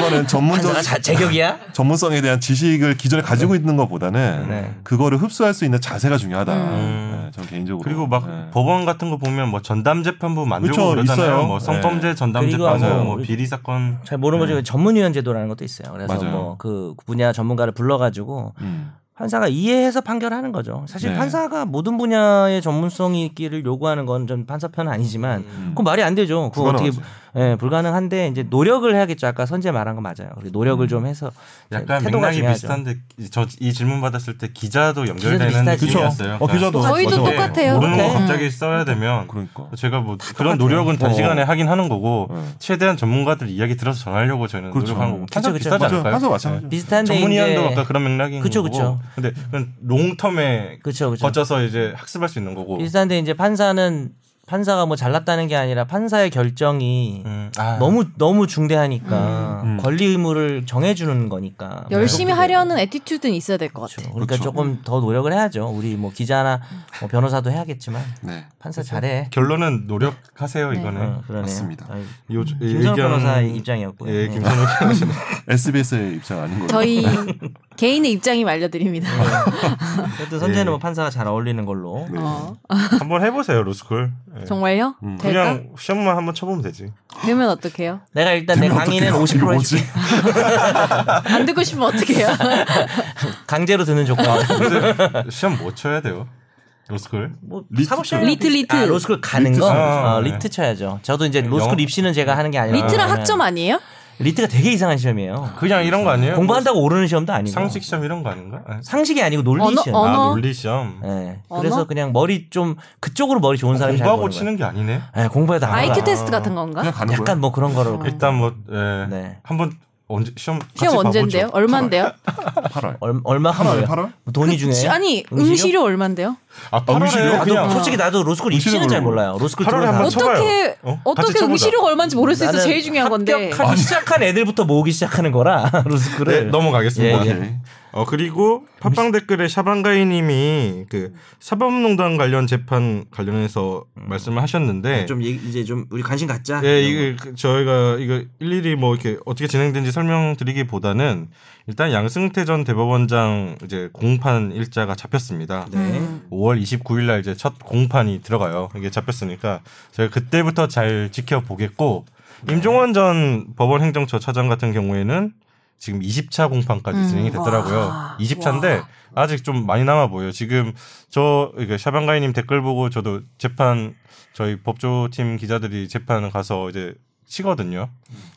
S3: (laughs)
S4: 거는 전문적
S3: 판사가 자,
S4: 네.
S3: 제격이야?
S4: 전문성에 대한 지식을 기존에 가지고 있는 것보다는
S3: 네.
S4: 그거를 흡수할 수 있는 자세가 중요하다.
S2: 음.
S4: 네, 저는 개인적으로
S1: 그리고 막
S4: 네.
S1: 법원 같은 거 보면 뭐 전담 재판부 만들고
S4: 그쵸,
S1: 그러잖아요.
S4: 있어요. 네.
S1: 뭐 성범죄 전담
S3: 그리고
S1: 재판부,
S3: 아마
S1: 뭐
S3: 우리-
S1: 비리 사건
S3: 잘 모르는 거죠. 전문위원 제도라는 것도 있어요. 그래서
S4: 맞아요.
S3: 뭐 그 분야 전문가를 불러가지고
S4: 음.
S3: 판사가 이해해서 판결하는 거죠. 사실
S4: 네.
S3: 판사가 모든 분야의 전문성이 있기를 요구하는 건 전 판사 편은 아니지만
S1: 음.
S3: 그건 말이 안 되죠. 그거
S4: 그거는
S3: 어떻게
S4: 맞아요.
S3: 예, 불가능한데 이제 노력을 해야겠죠. 아까 선재 말한 거 맞아요. 그리고 노력을 좀 해서
S1: 음. 약간
S3: 태도가
S1: 맥락이
S3: 중요하죠.
S1: 비슷한데 저 이 질문 받았을 때 기자도 연결되는
S3: 기자도 비슷하지.
S4: 그쵸.
S1: 느낌이었어요.
S4: 어, 기자도
S2: 저희도
S4: 맞아요.
S1: 그러니까
S2: 똑같아요. 네.
S1: 모르는 거
S3: 오케이.
S1: 갑자기 써야 되면
S4: 그러니까.
S1: 제가 뭐 그런 노력은 단시간에
S3: 어.
S1: 하긴 하는 거고
S4: 네.
S1: 최대한 전문가들 이야기 들어서 전하려고 저희는
S4: 그렇죠.
S1: 노력한 거고
S3: 그쵸,
S1: 항상
S3: 그쵸.
S1: 비싸지
S4: 맞아요.
S1: 않을까요?
S4: 판사 마찬가지.
S3: 비슷한데
S1: 전문의한도
S3: 이제
S1: 아까 그런 맥락인
S3: 그쵸,
S1: 거고
S3: 그쵸.
S1: 근데 그건 롱텀에
S3: 그렇죠. 그렇죠.
S1: 거쳐서 이제 학습할 수 있는 거고
S3: 비슷한데 이제 판사는 판사가 뭐 잘났다는 게 아니라 판사의 결정이
S1: 음, 아,
S3: 너무 너무 중대하니까
S4: 음.
S3: 권리 의무를 정해주는 거니까
S2: 열심히
S3: 그래서
S2: 하려는 애티튜드는 있어야 될 것 같아.
S3: 그렇죠. 그러니까
S4: 그렇죠.
S3: 조금 더 노력을 해야죠. 우리 뭐 기자나 뭐 변호사도 해야겠지만
S4: 네.
S3: 판사
S1: 그렇죠.
S3: 잘해.
S1: 결론은 노력하세요 이거는
S3: 어, 그러네요.
S4: 맞습니다.
S3: 아이,
S1: 요, 이
S3: 김선호
S1: 예, 의견-
S3: 변호사의 입장이었고요.
S1: 예,
S3: 네.
S1: 김선호 변호사.
S4: SBS의 입장 아닌 거죠.
S2: 저희 개인의 입장이 알려드립니다.
S1: 네.
S3: 어쨌든 선재는
S1: 예.
S3: 뭐 판사가 잘 어울리는 걸로.
S2: 어,
S1: (laughs) 한번 해보세요 로스쿨. 예.
S2: 정말요? 될까?
S1: 그냥 시험만 한번 쳐보면 되지.
S2: 되면 어떡해요?
S3: 내가 일단 내 강의는 50% 해줄게.
S2: 안 듣고 싶으면 어떡해요?
S1: 아, 네.
S3: 강제로 듣는 조건.
S1: 근데 시험 뭐 쳐야 돼요? 로스쿨?
S3: 뭐
S4: 리트
S3: 사법시험
S4: 쳐요.
S2: 리트, 리트.
S3: 아, 로스쿨 가는
S4: 리트
S3: 거
S1: 쳐요.
S3: 어,
S1: 네.
S3: 리트 쳐야죠. 저도 이제 로스쿨
S1: 영어-
S3: 입시는 제가 하는 게 아니라
S2: 리트랑 학점 아니에요?
S3: 리트가 되게 이상한 시험이에요.
S1: 그냥 이런 거 아니에요?
S3: 공부한다고 오르는 시험도
S1: 뭐
S3: 아니고
S1: 상식 시험 이런 거 아닌가? 예.
S3: 상식이 아니고 논리
S2: 언어-
S3: 시험.
S1: 아
S2: 언어?
S1: 논리 시험.
S3: 네.
S2: 언어?
S3: 그래서 그냥 머리 좀 그쪽으로 머리 좋은 사람이 잘
S1: 공부하고
S3: 보는
S1: 치는 게 아니네.
S3: 거예요. 네, 공부해도 안
S2: IQ
S3: 알아.
S2: 테스트 같은
S4: 그냥
S2: 건가?
S4: 가는 거야.
S3: 약간 뭐 그런 거로.
S2: 아.
S1: 일단 뭐 예.
S3: 네.
S1: 한번 언제 시험 같이
S2: 시험
S1: 봐보죠.
S2: 언젠데요? 얼마인데요?
S4: 8월.
S3: 얼- 얼마가
S4: 팔월,
S3: 뭐야?
S4: 팔월?
S3: 뭐 돈이
S1: 네.
S3: 중요해?
S2: 아니
S3: 음식이요?
S2: 응시료 얼마인데요?
S1: 아 8월에
S4: 음식이요?
S1: 그냥
S3: 나도 솔직히 나도 로스쿨 입시는
S4: 음식을
S3: 잘
S4: 몰라.
S3: 몰라요. 로스쿨
S1: 8월에
S3: 들어온
S1: 한번
S3: 사람.
S1: 쳐봐요.
S2: 어떻게
S1: 어? 같이
S2: 어떻게
S1: 쳐보자.
S2: 응시료가 얼마인지 모를 수 있어 제일 중요한 건데.
S3: 합격하기 시작한 애들부터 모으기 시작하는 거라 (laughs) 로스쿨을
S1: 네, 넘어가겠습니다.
S3: 예, 예.
S4: 오케이.
S1: 어 그리고 팟빵 댓글에 샤방가이님이 그 사법농단 관련 재판 관련해서 말씀을 하셨는데
S3: 좀 얘기- 이제 좀 우리 관심 갖자.
S1: 예, 음. 네, 이거 그 저희가 이거 일일이 뭐 이렇게 어떻게 진행된지 설명드리기보다는 일단 양승태 전 대법원장 이제 공판 일자가 잡혔습니다.
S2: 음,
S3: 네.
S1: 5월 29일 날 이제 첫 공판이 들어가요. 이게 잡혔으니까 제가 그때부터 잘 지켜보겠고 임종원 전 법원 행정처 차장 같은 경우에는 지금 20차 공판까지
S2: 음.
S1: 진행이 됐더라고요.
S2: 와.
S1: 20차인데 아직 좀 많이 남아 보여요. 지금 저 이게 샤방가이님 댓글 보고 저도 재판 저희 법조팀 기자들이 재판 가서 이제 치거든요.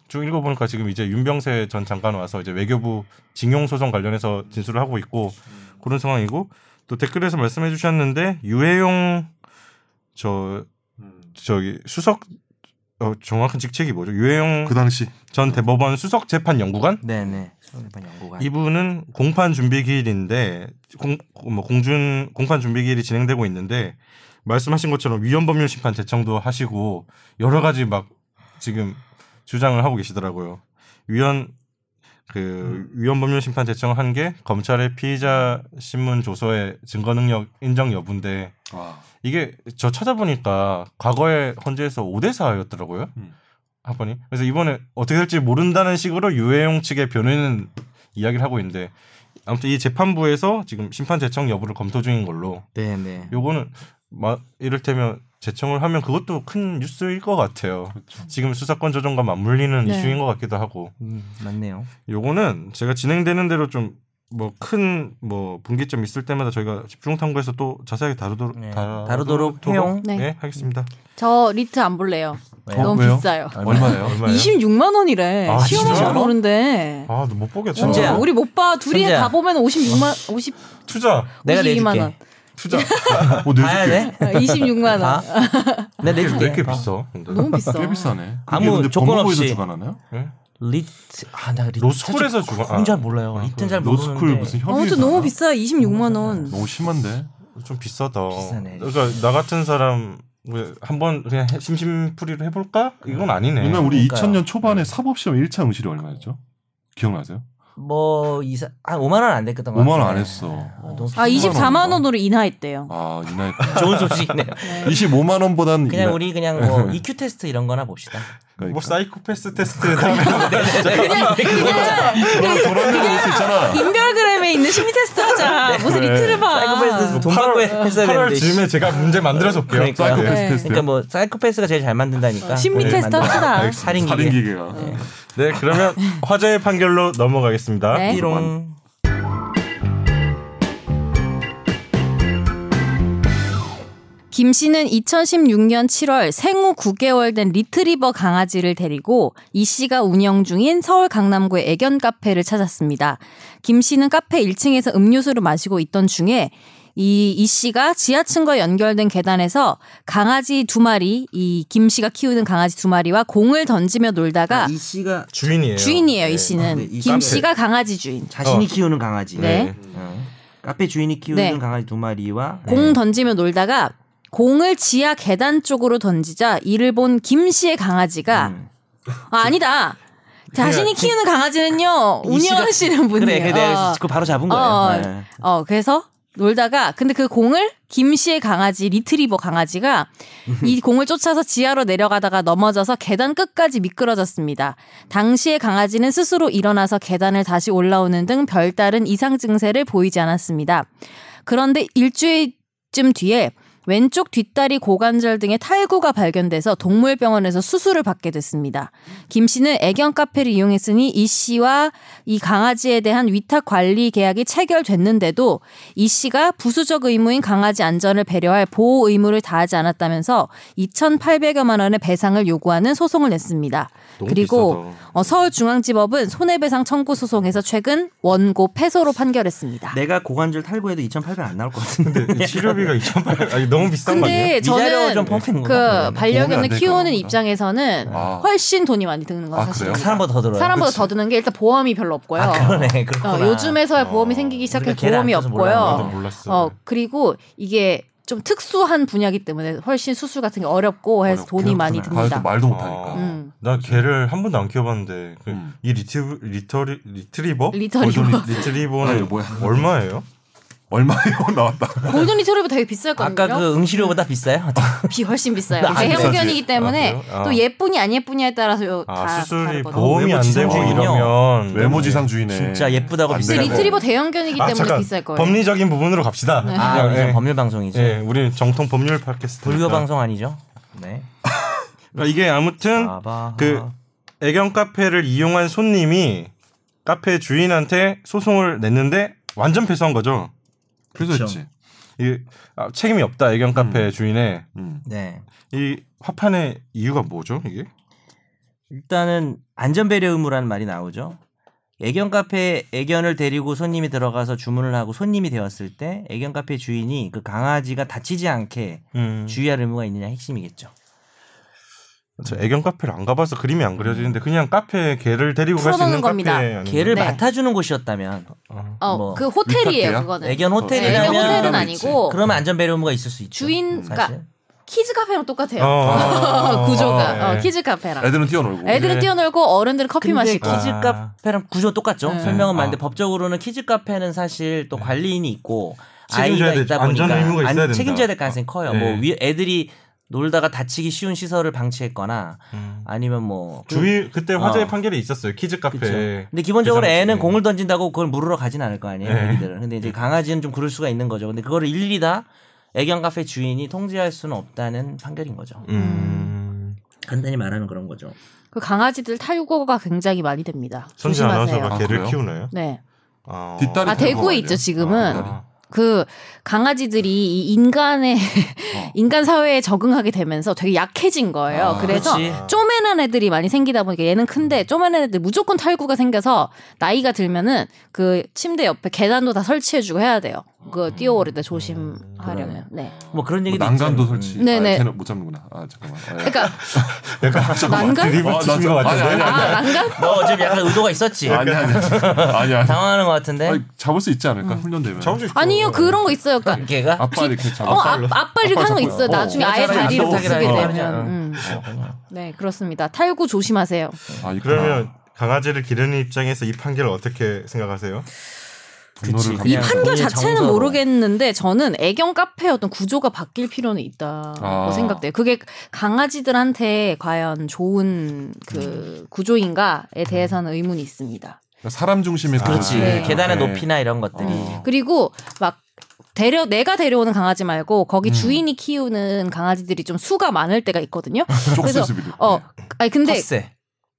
S1: 쭉 읽어보니까 지금 이제 윤병세 전 장관 와서 이제 외교부 징용 소송 관련해서 진술을 하고 있고 그런 상황이고 또 댓글에서 말씀해 주셨는데 유해용 저 저기 수석 어, 정확한 직책이 뭐죠? 유해용
S4: 그 당시
S1: 전 대법원 수석 재판 연구관
S3: 네네. 수원일반 연구관.
S1: 이분은 공판 준비 기일인데 공, 뭐 공준 공판 준비 기일이 진행되고 있는데 말씀하신 것처럼 위헌 법률 심판 제청도 하시고 여러 가지 막 지금 주장을 하고 계시더라고요. 위헌 그 위헌 법률 심판 제청한 게 검찰의 피의자 신문 조서의 증거 능력 인정 여부인데
S4: 와.
S1: 이게 저 찾아보니까 과거에 헌재에서 5대 4였더라고요.
S4: 음.
S1: 합헌이. 그래서 이번에 어떻게 될지 모른다는 식으로 유해용 측의 변호인 이야기를 하고 있는데 아무튼 이 재판부에서 지금 심판 제청 여부를 검토 중인 걸로
S3: 네네.
S1: 요거는 마, 이를테면 제청을 하면 그것도 큰 뉴스일 것 같아요. 지금 수사권 조정과 맞물리는
S2: 네.
S1: 이슈인 것 같기도 하고
S3: 음, 맞네요.
S1: 요거는 제가 진행되는 대로 좀 뭐 큰 뭐 분기점 있을 때마다 저희가 집중 탐구해서 또 자세하게 다루도록
S3: 네.
S1: 다-
S3: 다루도록 해요.
S1: 네.
S2: 네.
S1: 하겠습니다.
S2: 저 리트 안 볼래요.
S3: 네.
S2: 너무
S4: 왜요?
S2: 비싸요.
S1: (laughs)
S4: 얼마예요?
S1: 얼마예요?
S2: 26만 원이래.
S1: 어, 아,
S2: 시험을
S1: 진짜요?
S2: 보는데. 어,
S1: 아, 너 못 보겠다.
S3: 진짜야?
S2: 우리 못 봐. 둘이
S3: 선재야.
S2: 다 보면 56만 50
S1: 투자.
S3: 내가
S2: 52만 원.
S3: 내줄게.
S1: 투자.
S4: 어,
S3: 봐야
S4: 내줄게.
S3: 돼?
S2: 26만 아,
S3: 봐.
S2: (laughs) 원.
S3: 내가
S1: 왜
S3: 내줄게.
S1: 이렇게
S3: 봐.
S1: 비싸? 근데?
S2: 너무 비싸.
S4: 꽤 비싸네.
S3: 아무
S4: 그게 근데
S3: 조건
S4: 법무부에서
S3: 없이.
S4: 주관하나요?
S3: 리트 아나 리트
S1: 로스쿨에서
S3: 사실
S1: 주가-
S3: 그건 잘
S1: 아.
S3: 몰라요. 리트는 잘 모르는데. 네.
S4: 로스쿨 무슨 협의.
S2: 아무튼 너무 비싸. 26만 원.
S4: 너무 심한데.
S1: 좀 비싸다.
S3: 비싸네.
S1: 그러니까 나 같은 사람 한번 그냥 해- 심심풀이를 해볼까? 이건 아니네.
S4: 누나 우리
S3: 그러니까요.
S4: 2000년 초반에 사법시험 1차 응시료 얼마였죠? 기억나세요?
S3: 뭐 이사 한 5만 원 안 됐거든.
S4: 5만 원안 했어. 어.
S2: 아, 24만 원으로 인하했대요.
S4: 아, 이 나이.
S3: (laughs) 좋은 소식이네요.
S4: 25만 원보단 그러니까
S3: 그냥 우리 그냥 뭐 EQ 테스트 이런 거나 봅시다.
S1: 뭐 사이코패스 테스트
S3: 그러니까
S1: 해달라고.
S4: 돌아면올수 있잖아.
S3: 네.
S2: 인별그램에 있는 심리 테스트 하자. 무슨
S4: 그래.
S2: 리트를 봐. 뭐
S3: 사이코패스 돈 받고
S1: 8월,
S3: 했어야 되는데.
S1: 8월 즈음에 제가 문제 만들어서 올게요.
S3: 그러니까.
S4: 사이코패스
S2: 네.
S4: 테스트.
S3: 그러니까 뭐 사이코패스가 제일 잘 만든다니까.
S2: 심리
S3: 네.
S2: 테스트
S3: 만들어.
S2: 합시다.
S3: 살인 기계.
S4: 살인 기계가.
S1: 네,
S2: (laughs)
S1: 그러면 화제의 판결로 넘어가겠습니다.
S2: 네.
S3: 이런
S2: 김 씨는 2016년 7월 생후 9개월 된 리트리버 강아지를 데리고 이 씨가 운영 중인 서울 강남구의 애견 카페를 찾았습니다. 김 씨는 카페 1층에서 음료수를 마시고 있던 중에 이, 이 씨가 지하층과 연결된 계단에서 강아지 두 마리, 이 김 씨가 키우는 강아지 두 마리와 공을 던지며 놀다가
S3: 아, 이 씨가
S1: 주인이에요.
S2: 주인이에요,
S1: 네.
S2: 이
S3: 아,
S2: 씨는.
S3: 네, 이
S2: 김
S3: 카페.
S2: 씨가 강아지 주인.
S3: 자신이
S1: 어.
S3: 키우는 강아지.
S2: 네.
S3: 어. 카페 주인이 키우는
S2: 네.
S3: 강아지 두 마리와
S2: 공 던지며 놀다가 공을 지하 계단 쪽으로 던지자 이를 본 김 씨의 강아지가
S3: 음. 네.
S2: 아, 아니다. 자신이 키우는 강아지는요
S3: 이 씨가-
S2: 운영하시는 분이에요.
S3: 그래, 그래 내가 그 바로 잡은 거예요.
S2: 어, 어.
S3: 네.
S2: 어 그래서 놀다가 근데 그 공을 김 씨의 강아지 리트리버 강아지가
S3: 음.
S2: 이 공을 쫓아서 지하로 내려가다가 넘어져서 계단 끝까지 미끄러졌습니다. 당시의 강아지는 스스로 일어나서 계단을 다시 올라오는 등 별다른 이상 증세를 보이지 않았습니다. 그런데 일주일쯤 뒤에 왼쪽 뒷다리 고관절 등의 탈구가 발견돼서 동물병원에서 수술을 받게 됐습니다. 김 씨는 애견 카페를 이용했으니 이 씨와 이 강아지에 대한 위탁 관리 계약이 체결됐는데도 이 씨가 부수적 의무인 강아지 안전을 배려할 보호 의무를 다하지 않았다면서 2,800여만 원의 배상을 요구하는 소송을 냈습니다.
S1: 너무
S2: 그리고
S1: 비싸다.
S2: 어, 서울중앙지법은 손해배상 청구 소송에서 최근 원고 패소로 판결했습니다.
S3: 내가 고관절 탈구해도 2,800 안 나올 것
S2: (laughs)
S3: 같은데.
S1: 근데 치료비가 2,800. 아니 너무 비싼 거 아니에요?
S2: 예. 근데
S3: 미자료가
S2: 저는
S3: 좀 펌핑인 것
S2: 그
S3: 같아요.
S4: 도움이 안
S2: 반려견을
S4: 될
S2: 키우는
S4: 거구나.
S2: 입장에서는
S4: 아.
S2: 훨씬 돈이 많이 드는 거
S4: 아,
S2: 사실.
S4: 그래요?
S3: 사람보다 더 들어요.
S2: 사람보다 더 드는 게 일단 보험이 별로 없고요.
S3: 아, 그러네. 그렇구나.
S2: 어, 요즘에서야 보험이 생기기
S3: 우리가
S2: 시작해서
S3: 걔를
S2: 보험이
S3: 안 써서 몰랐네.
S1: 나도
S2: 없고요.
S1: 몰랐어.
S2: 어 그리고 이게 좀 특수한 분야기 때문에 훨씬 수술 같은 게 어렵고 해서
S4: 어렵고
S2: 돈이 많이
S4: 그렇구나. 아, 또
S2: 듭니다.
S4: 말도 못하니까.
S3: 어.
S2: 음.
S1: 나 개를 한 번도 안 키워봤는데 그
S4: 음.
S1: 이 리트 리터리 리트리버
S2: 리터리버
S4: 골든
S1: 리트리버는
S4: 아, 뭐야.
S1: 얼마예요?
S4: 얼마예요? (laughs) 나왔다.
S2: 골든 리터리버 되게 비쌀 거든요.
S3: 아까 그 응시료보다 비싸요?
S2: (laughs) 비 훨씬 비싸요.
S3: 아,
S2: 제
S3: 비싸지.
S2: 형견이기 때문에
S1: 아, 그래요? 아.
S2: 또 예쁘니 안 예쁘냐에 따라서
S1: 아
S2: 다
S1: 수술이
S2: 다르거든요.
S1: 보험이 안 되고
S3: 외모지상주의군요.
S1: 이러면 아,
S4: 외모지상주의네.
S3: 음. 진짜 예쁘다고
S4: 안
S3: 비싸고.
S2: 근데
S4: 되고.
S2: 리트리버 대형견이기 때문에 비쌀 거예요. 네.
S1: 법리적인 부분으로 갑시다.
S3: 아,
S1: 그냥,
S3: 우리
S1: 예.
S3: 지금 법률 방송이죠.
S1: 예, 우리는 정통 법률 팟캐스트.
S3: 불교 방송 아니죠? 음, 네.
S1: 이게 아무튼
S3: 아바.
S1: 그 애견 카페를 이용한 손님이 카페 주인한테 소송을 냈는데 완전 패소한 거죠.
S4: 그래서지.
S1: 이 아, 책임이 없다 애견 카페 주인의
S4: 음.
S3: 네.
S1: 이 화판의 이유가 뭐죠 이게?
S3: 일단은 안전 배려 의무라는 말이 나오죠. 애견 카페에 애견을 데리고 손님이 들어가서 주문을 하고 손님이 되었을 때 애견 카페 주인이 그 강아지가 다치지 않게
S1: 음.
S4: 음.
S3: 주의할 의무가 있느냐 핵심이겠죠.
S1: 저 애견 카페를 안 가봐서 그림이 안
S4: 음.
S1: 그려지는데 그냥 카페에 개를 데리고 갈 수
S2: 풀어놓는
S1: 있는
S2: 겁니다.
S1: 카페 아닌가요?
S3: 개를
S2: 네.
S3: 맡아주는 곳이었다면
S1: 어.
S2: 어,
S3: 뭐,
S2: 그 호텔이에요,
S4: 윗카페야?
S2: 그거는.
S3: 애견
S2: 네,
S3: 호텔이라면
S2: 애견 호텔은
S4: 호텔이라면
S2: 아니고
S3: 그러면 안전 배려 의무가 있을 수 있죠.
S2: 주인, 그러니까
S3: 사실.
S2: 키즈 카페랑 똑같아요.
S1: 어.
S2: (laughs) 구조가
S1: 어,
S2: 어,
S1: 예.
S2: 키즈 카페랑.
S4: 애들은 뛰어놀고.
S2: 애들은
S1: 네.
S2: 뛰어놀고 어른들은 커피
S3: 근데 그
S2: 마시고.
S3: 키즈
S1: 아.
S3: 카페랑 구조 똑같죠.
S2: 네.
S3: 설명은
S1: 네.
S3: 맞는데
S1: 아. 네.
S3: 법적으로는 키즈 카페는 사실 또 관리인이 있고
S1: 책임져야
S3: 아이가
S1: 되-
S3: 있다 보니까
S1: 안전 의무가 있어야 된다.
S3: 책임져야 될 가능성이 커요.
S1: 네.
S3: 뭐 위- 애들이 놀다가 다치기 쉬운 시설을 방치했거나 아니면 뭐
S1: 음. 주위 그때 화재
S4: 아.
S1: 의
S3: 어.
S1: 판결이 있었어요 키즈 카페.
S3: 그렇죠. 근데 기본적으로
S1: 그
S3: 애는
S1: 장치.
S3: 공을 던진다고 그걸 물으러 가진 않을 거 아니에요,
S1: 네.
S3: 애기들은. 근데 이제 강아지는 좀 그럴 수가 있는 거죠. 근데 그거를 일일이 다 애견 카페 주인이 통제할 수는 없다는 판결인 거죠.
S1: 음.
S3: 간단히 말하면 그런 거죠.
S2: 그 강아지들 탈구가 굉장히 많이 됩니다.
S1: 선진 아나운서가
S2: 조심하세요.
S4: 아,
S1: 개를
S4: 그래요?
S1: 키우나요?
S2: 네.
S1: 아,
S4: 뒷다리 아,
S2: 아, 대구에 있죠, 지금은.
S1: 네.
S2: 그 강아지들이 이 인간의 (laughs) 인간 사회에 적응하게 되면서 되게 약해진 거예요.
S4: 아,
S2: 그래서
S3: 그렇지.
S2: 쪼매난 애들이 많이 생기다 보니까 얘는 큰데 쪼매난 애들 무조건 탈구가 생겨서 나이가 들면은 그 침대 옆에 계단도 다 설치해주고 해야 돼요. 그 뛰어오를 때 조심하려면. 네.
S3: 뭐 그런
S4: 뭐
S3: 얘기도
S4: 난간도
S3: 있잖아요.
S4: 설치.
S3: 음.
S2: 네네.
S4: 아, 걔는 못 잡는구나. 아 잠깐만. 아, 예.
S2: 그러니까
S1: 약간
S2: 난간?
S1: 드립을
S4: 아,
S1: 치신
S4: 나-
S1: 것 같은데.
S4: 아니, 아니,
S2: 아 난간?
S3: 너 어차피 음. 뭐 약간 의도가 있었지.
S1: 네.
S4: 아니 아니 아니 아니.
S3: 당황하는 것 같은데.
S4: 아니, 잡을 수 있지 않을까 훈련되면.
S1: 잡을 수 있죠.
S2: 아니요 그런 거 있어요. 그러니까
S3: 걔가
S4: 아빠 이렇게 잡아.
S2: 어, 앞, 앞발 이렇게 하는 거
S4: 앞발
S2: 있어요.
S4: 잡고요.
S2: 나중에
S3: 어,
S2: 아예
S3: 괜찮아요.
S2: 다리를 못
S3: 안쪽으로
S2: 쓰게
S3: 타기라는
S2: 되면.
S3: 거죠.
S2: 음. 네, 그렇습니다. 탈구 조심하세요.
S4: 아, 있구나.
S1: 그러면 강아지를 기르는 입장에서 이 판결을 어떻게 생각하세요?
S4: 분노를
S3: 그치.
S4: 감추고.
S2: 이
S3: 그냥
S2: 판결
S3: 본인의
S2: 자체는
S3: 네, 정서로.
S2: 모르겠는데 저는 애견 카페의 어떤 구조가 바뀔 필요는 있다고
S4: 아.
S2: 생각돼요. 그게 강아지들한테 과연 좋은 그
S3: 음.
S2: 구조인가에 대해서는 의문이 있습니다.
S4: 그러니까 사람 중심의
S3: 그렇지.
S4: 그거지.
S2: 네.
S3: 계단의
S4: 아, 네.
S3: 높이나 이런 것들이.
S4: 어.
S2: 그리고 막 데려 내가 데려오는 강아지 말고
S3: 음.
S2: 거기 주인이 키우는 강아지들이 좀 수가 많을 때가 있거든요. 그래서
S4: 쪽수비도.
S3: (laughs)
S2: 어, 아니 근데
S3: 텃세.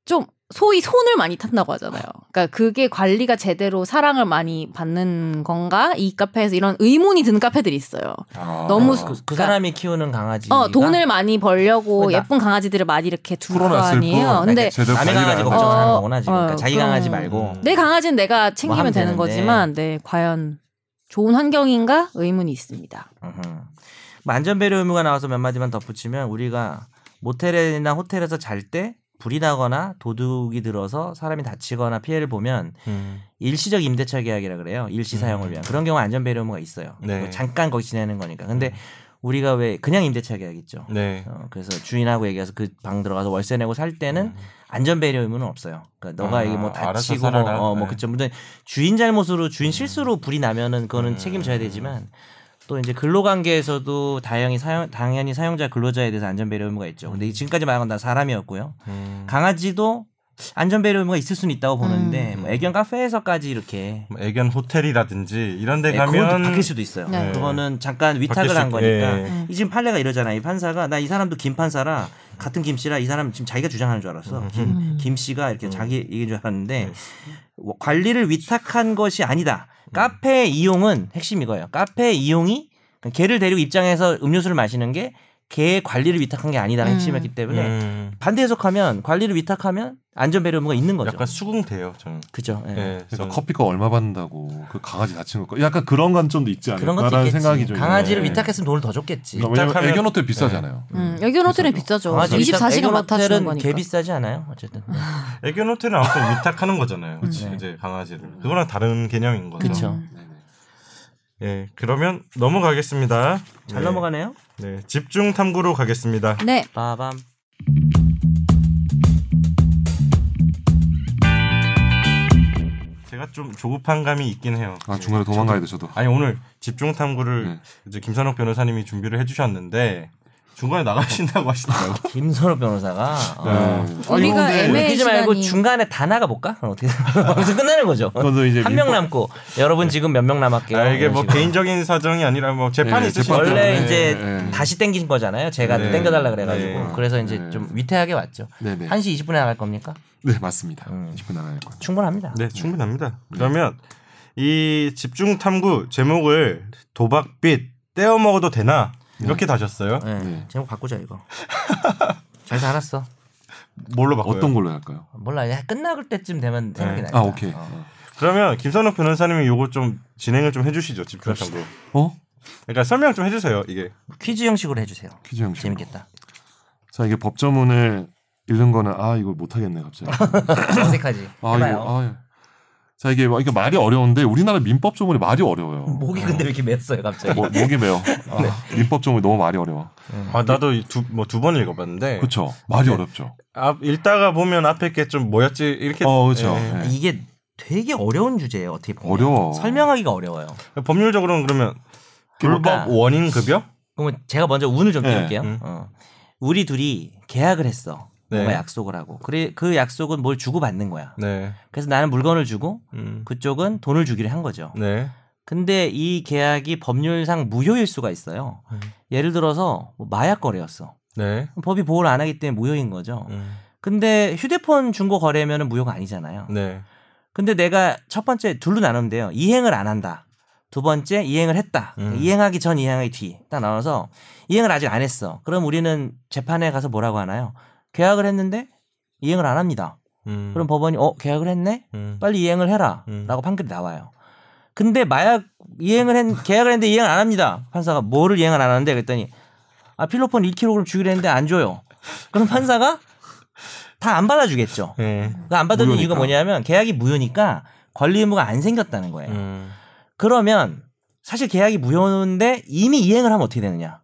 S2: 좀 소위 손을 많이 탄다고 하잖아요. 그러니까 그게 관리가 제대로 사랑을 많이 받는 건가? 이 카페에서 이런 의문이 드는 카페들이 있어요.
S4: 아.
S2: 너무
S3: 그, 그
S2: 그러니까-
S3: 사람이 키우는 강아지.
S2: 어, 돈을 많이 벌려고
S3: 그러니까
S2: 예쁜 강아지들을 많이 이렇게 두고
S4: 풀어놨을
S2: 아니에요.
S4: 뿐.
S2: 근데
S4: 제대로
S3: 남의
S4: 관리를
S3: 강아지
S4: 안
S2: 걱정.
S4: 하고.
S3: 걱정을 하는 거구나 지금.
S2: 어,
S3: 그러니까 자기
S2: 그럼-
S3: 강아지 말고.
S1: 음.
S2: 내 강아지는 내가 챙기면
S3: 뭐 하면
S2: 되는
S3: 되는데.
S2: 거지만 네, 과연 좋은 환경인가 의문이 있습니다.
S3: 음흠. 뭐 안전배려 의무가 나와서 몇 마디만 덧붙이면 우리가 모텔이나 호텔에서 잘 때 불이 나거나 도둑이 들어서 사람이 다치거나 피해를 보면
S1: 음,
S3: 일시적 임대차 계약이라 그래요. 일시 사용을 위한 그런 경우 안전배려 의무가 있어요.
S1: 네.
S3: 뭐 잠깐 거기 지내는 거니까. 근데 우리가 왜 그냥 임대차 계약 있죠.
S1: 네.
S3: 어, 그래서 주인하고 얘기해서 그 방 들어가서 월세 내고 살 때는
S1: 음,
S3: 안전 배려 의무는 없어요. 그러니까 너가
S1: 아,
S3: 이게 뭐
S1: 네. 알아서
S3: 다치고 뭐,
S1: 살아라.
S3: 어, 뭐
S1: 네.
S3: 그쵸. 근데 주인 잘못으로 주인 실수로 불이 나면은 그거는
S1: 네.
S3: 책임져야 되지만 또 이제 근로관계에서도 다양히 사용, 당연히 사용자 근로자에 대해서 안전 배려 의무가 있죠. 근데 지금까지 말한 건 다 사람이었고요.
S1: 음.
S3: 강아지도 안전 배려 의무가 있을 수는 있다고 보는데 뭐 애견 카페에서까지 이렇게
S1: 뭐 애견 호텔이라든지 이런 데
S3: 네, 그건
S1: 가면
S3: 바뀔 수도 있어요.
S2: 네.
S3: 그거는 잠깐
S1: 바뀔
S3: 위탁을
S1: 수
S3: 한
S1: 있-
S3: 거니까.
S1: 예.
S2: 음.
S3: 이 지금 판례가 이러잖아. 이 판사가 나 이 사람도 김 판사라 같은 김 씨라 이 사람 지금 자기가 주장하는 줄 알았어.
S2: 음.
S3: 김, 김 씨가 이렇게 자기 얘기인 줄
S2: 네.
S3: 알았는데 뭐 관리를 위탁한 것이 아니다. 카페 이용은 핵심 이거예요. 카페 이용이 그러니까 개를 데리고 입장해서 음료수를 마시는 게 개의 관리를 위탁한 게 아니다가 핵심이었기 때문에
S4: 네.
S1: 음.
S3: 반대 해석하면 관리를 위탁하면 안전 배려 의무가 있는 거죠.
S1: 약간 수긍돼요 저는.
S3: 그죠. 예.
S1: 예, 저는
S4: 그러니까 커피값 얼마 받는다고 그 강아지 다친 것 약간 그런 관점도 있지
S3: 그런 것도
S4: 않을까라는
S3: 있겠지.
S4: 생각이 좀
S3: 강아지를
S4: 있네요.
S3: 위탁했으면 돈을 더 줬겠지.
S4: 그러니까 왜냐면
S1: 위탁하면-
S4: 애견 호텔 비싸잖아요.
S2: 음, 애견 호텔은 비싸죠. 24시간 맡아주는 거니까. 음.
S3: 개 비싸지 않아요? 어쨌든.
S1: 애견 호텔은 아무튼 위탁하는 거잖아요.
S3: 네.
S1: 이제 강아지를. 그거랑 다른 개념인 거죠.
S3: 그렇죠.
S2: 음.
S1: 예, 그러면 넘어가겠습니다.
S3: 잘
S1: 네.
S3: 넘어가네요.
S1: 네, 집중 탐구로 가겠습니다.
S2: 네.
S3: 아, 빠밤.
S1: 제가 좀 조급한 감이 있긴 해요. 네,
S4: 아 중간에 도망가야 돼 저도.
S1: 아니 오늘 집중 탐구를
S4: 네.
S1: 이제 김선욱 변호사님이 준비를 해주셨는데 중간에 나가신다고 하시더라고.
S3: 김선호 변호사가
S4: 네.
S3: 어.
S2: 우리가
S4: 근데
S2: 애매해
S3: 웃기지 말고
S2: 시간이.
S3: 중간에 다 나가볼까? 그럼 어떻게 방송 끝나는 (laughs) 거죠.
S4: 그건 이제
S3: 한 명 남고 여러분 지금 몇 명 남았게요.
S1: 아, 이게
S3: 이런
S1: 뭐
S3: 식으로.
S1: 개인적인 사정이 아니라 뭐 재판이
S4: 예,
S1: 있으신
S4: 재판
S1: 분들은
S3: 원래
S4: 네,
S3: 이제
S4: 네.
S3: 다시 땡긴 거잖아요. 제가
S1: 네.
S3: 땡겨달라 그래가지고
S1: 네.
S3: 그래서 이제
S4: 네.
S3: 좀 위태하게 왔죠.
S4: 네네.
S3: 1시 20분에 나갈 겁니까?
S4: 네 맞습니다.
S3: 음.
S4: 20분 나가야 거예요.
S3: 충분합니다.
S1: 네, 충분합니다. 그러면 이 집중 탐구 제목을 도박빛 떼어 먹어도 되나 이렇게 다셨어요.
S3: 네.
S4: 네.
S3: 제목 바꾸자 이거. 잘 살았어.
S1: 뭘로 바꿔요?
S4: 어떤 걸로 할까요?
S3: 몰라. 이제 끝나갈 때쯤 되면 생각이
S1: 네.
S3: 나니까.
S4: 아 오케이.
S3: 어,
S1: 그러면 김선욱 변호사님이 요거 좀 진행을 좀 해주시죠 집중 탐구.
S4: 어?
S1: 그러니까 설명 좀 해주세요. 이게
S3: 퀴즈 형식으로 해주세요.
S4: 퀴즈 형식.
S3: 재밌겠다.
S4: 자 이게 법조문을 읽는 거는 아 이거 못
S3: (laughs)
S4: 하겠네 갑자기.
S3: 어색하지.
S4: 아
S3: 해봐요.
S4: 이거 아. 예. 자 이게 뭐- 이게 말이 어려운데 우리나라 민법 조문이 말이 어려워요.
S3: 목이 근데 왜 이렇게 맸어요 갑자기?
S4: 뭐,
S3: (laughs)
S4: 목이 매요.
S3: 네.
S4: 아, 민법 조문이 너무 말이 어려워.
S1: 아 나도 두뭐 두 번
S3: 네.
S1: 읽어봤는데
S4: 그렇죠. 말이 어렵죠.
S1: 앞 읽다가 보면 앞에 게 좀 뭐였지 이렇게
S4: 어 그렇죠.
S1: 예.
S4: 예.
S3: 네. 아, 이게 되게 어려운 주제예요. 어떻게 보면
S4: 어려워.
S3: 설명하기가 어려워요.
S1: 법률적으로는 그러면
S4: 뭐
S3: 뭘까?
S1: 불법 원인 급여?
S3: 그러면 제가 먼저 운을 좀
S4: 네.
S3: 띄울게요.
S1: 음.
S3: 어. 우리 둘이 계약을 했어.
S1: 네.
S3: 뭔가 약속을 하고. 그래 그 약속은 뭘 주고 받는 거야.
S1: 네.
S3: 그래서 나는 물건을 주고
S1: 음.
S3: 그쪽은 돈을 주기로 한 거죠.
S1: 네.
S3: 근데 이 계약이 법률상 무효일 수가 있어요.
S1: 음.
S3: 예를 들어서 뭐 마약 거래였어.
S1: 네.
S3: 그럼 법이 보호를 안 하기 때문에 무효인 거죠.
S1: 음.
S3: 근데 휴대폰 중고 거래면 무효가 아니잖아요.
S1: 네.
S3: 근데 내가 첫 번째 둘로 나누는데요. 이행을 안 한다. 두 번째 이행을 했다.
S1: 음.
S3: 이행하기 전 이행하기 뒤 딱 나눠서 이행을 아직 안 했어. 그럼 우리는 재판에 가서 뭐라고 하나요? 계약을 했는데 이행을 안 합니다.
S1: 음.
S3: 그럼 법원이 어 계약을 했네?
S1: 음.
S3: 빨리 이행을
S1: 음.
S3: 해라라고 판결이 나와요. 근데 마약 이행을 했 계약을 했는데 이행 안 합니다. 판사가 뭐를 이행을 안 하는데 그랬더니 아 필로폰 1kg 주기로 했는데 안 줘요. 그럼 판사가 다 안 받아주겠죠.
S1: 네.
S3: 그안 받은
S4: 무효니까.
S3: 이유가 뭐냐면 계약이 무효니까 권리 의무가 안 생겼다는 거예요.
S1: 음.
S3: 그러면 사실 계약이 무효인데 이미 이행을 하면 어떻게 되느냐?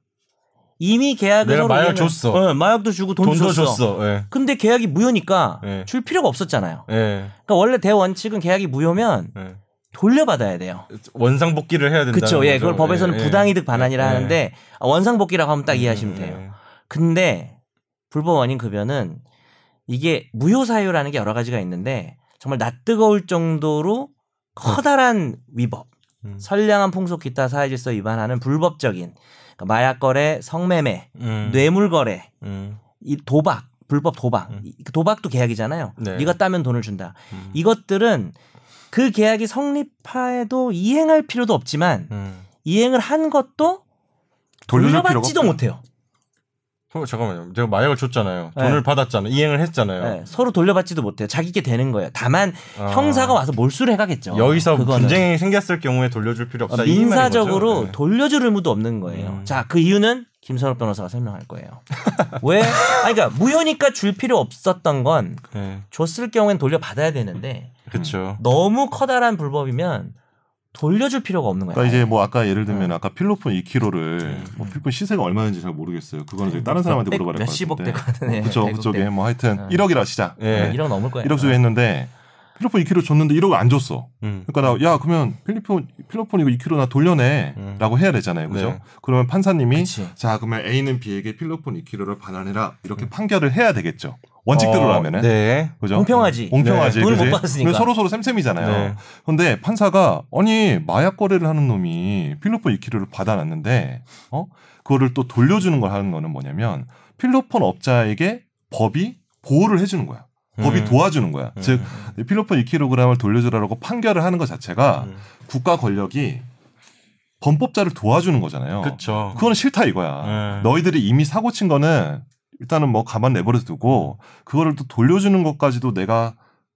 S3: 이미 계약을
S1: 내가
S3: 서로
S1: 마약
S3: 이행을-
S1: 줬어.
S3: 어, 마약도 주고 돈도,
S1: 돈도
S3: 줬어.
S1: 줬어. 예.
S3: 근데 계약이 무효니까
S1: 네.
S3: 줄 필요가 없었잖아요.
S1: 예.
S3: 그러니까 원래 대원칙은 계약이 무효면
S1: 예.
S3: 돌려받아야 돼요.
S1: 원상복귀를 해야 된다.
S3: 그렇죠. 예, 그걸 법에서는 부당이득 반환이라
S1: 예. 음,
S3: 하는데 원상복귀라고 하면 딱 이해하시면 돼요. 근데 불법 원인 급여는 이게 무효 사유라는 게 여러 가지가 있는데 정말 낯뜨거울 정도로 커다란 위법,
S1: 음.
S3: 선량한 풍속 기타 사회질서 위반하는 불법적인 그러니까 마약 거래, 성매매,
S4: 음.
S1: 네.
S3: 뇌물 거래,
S1: 음.
S3: 이 도박, 불법 도박,
S1: 음.
S3: 이그 도박도 계약이잖아요.
S1: 네.
S3: 네가 따면 돈을 준다.
S1: 음.
S3: 이것들은 그 계약이 성립하에도 이행할 필요도 없지만
S1: 음.
S3: 이행을 한 것도
S4: 돌려줄 필요가
S3: 돌려받지도
S4: 없다.
S3: 못해요.
S1: 그럼 잠깐만요. 제가 마약을 줬잖아요.
S3: 네.
S1: 돈을 받았잖아요. 이행을 했잖아요.
S3: 네, 서로 돌려받지도 못해요. 자기게 되는 거예요. 다만
S1: 아.
S3: 형사가 와서 몰수를 해가겠죠.
S1: 여기서
S3: 그거는.
S1: 분쟁이 생겼을 경우에 돌려줄 필요
S3: 어,
S1: 없다. 이 말인 거죠?
S3: 민사적으로
S1: 네.
S3: 돌려줄 의무도 없는 거예요.
S1: 음.
S3: 자, 그 이유는 김선욱 변호사가 설명할 거예요. 왜? 아니, 그러니까 무효니까 줄 필요 없었던 건
S1: 네.
S3: 줬을 경우엔 돌려받아야 되는데
S1: 그렇죠.
S3: 너무 커다란 불법이면 돌려줄 필요가 없는 거예요.
S4: 그러니까 이제 뭐 아까 예를 들면
S3: 네.
S4: 아까 필로폰 2kg를 뭐 필로폰 시세가 얼마인지 잘 모르겠어요. 그거는 저기 다른 사람한테
S3: 백-
S4: 물어봐야 될것
S3: 네. 몇십억
S4: 같은데.
S3: 될것 같네.
S4: 그렇죠.
S3: 백억
S4: 그쪽에
S3: 될-
S4: 뭐 하여튼 1억이라 시작.
S1: 어. 예.
S3: 이런 넘을 거예요.
S4: 1억 주고 했는데 필로폰 2kg 줬는데 1억 안 줬어.
S1: 음.
S4: 그러니까 나 야 그러면 필로폰 필로폰 이거 2kg 나
S1: 음.
S4: 돌려내라고 해야 되잖아요, 그죠?
S1: 네.
S4: 그러면 판사님이
S3: 그치.
S4: 자 그러면 A는 B에게 필로폰 2kg를 반환해라 이렇게 판결을 해야 되겠죠. 원칙대로라면은.
S1: 음. 어, 네.
S4: 그죠?
S3: 공평하지.
S4: 공평하지.
S3: 네. 돈을
S4: 그지?
S3: 못 받았으니까.
S4: 그래서 서로 서로 쌤쌤이잖아요.
S1: 네.
S4: 근데 판사가 아니 마약 거래를 하는 놈이 필로폰 2kg를 받아놨는데 어 그거를 또 돌려주는 걸 하는 거는 뭐냐면 필로폰 업자에게 법이 보호를 해주는 거야. 법이
S1: 음.
S4: 도와주는 거야.
S1: 음.
S4: 즉 필로폰 2kg을 돌려주라고 판결을 하는 것 자체가
S1: 음.
S4: 국가 권력이 범법자를 도와주는 거잖아요.
S1: 그렇죠.
S4: 어. 그건 싫다
S3: 음.
S4: 이거야.
S1: 네.
S4: 너희들이 이미 사고 친 거는 일단은 뭐 가만 내버려 두고 그거를 또 돌려주는 것까지도 내가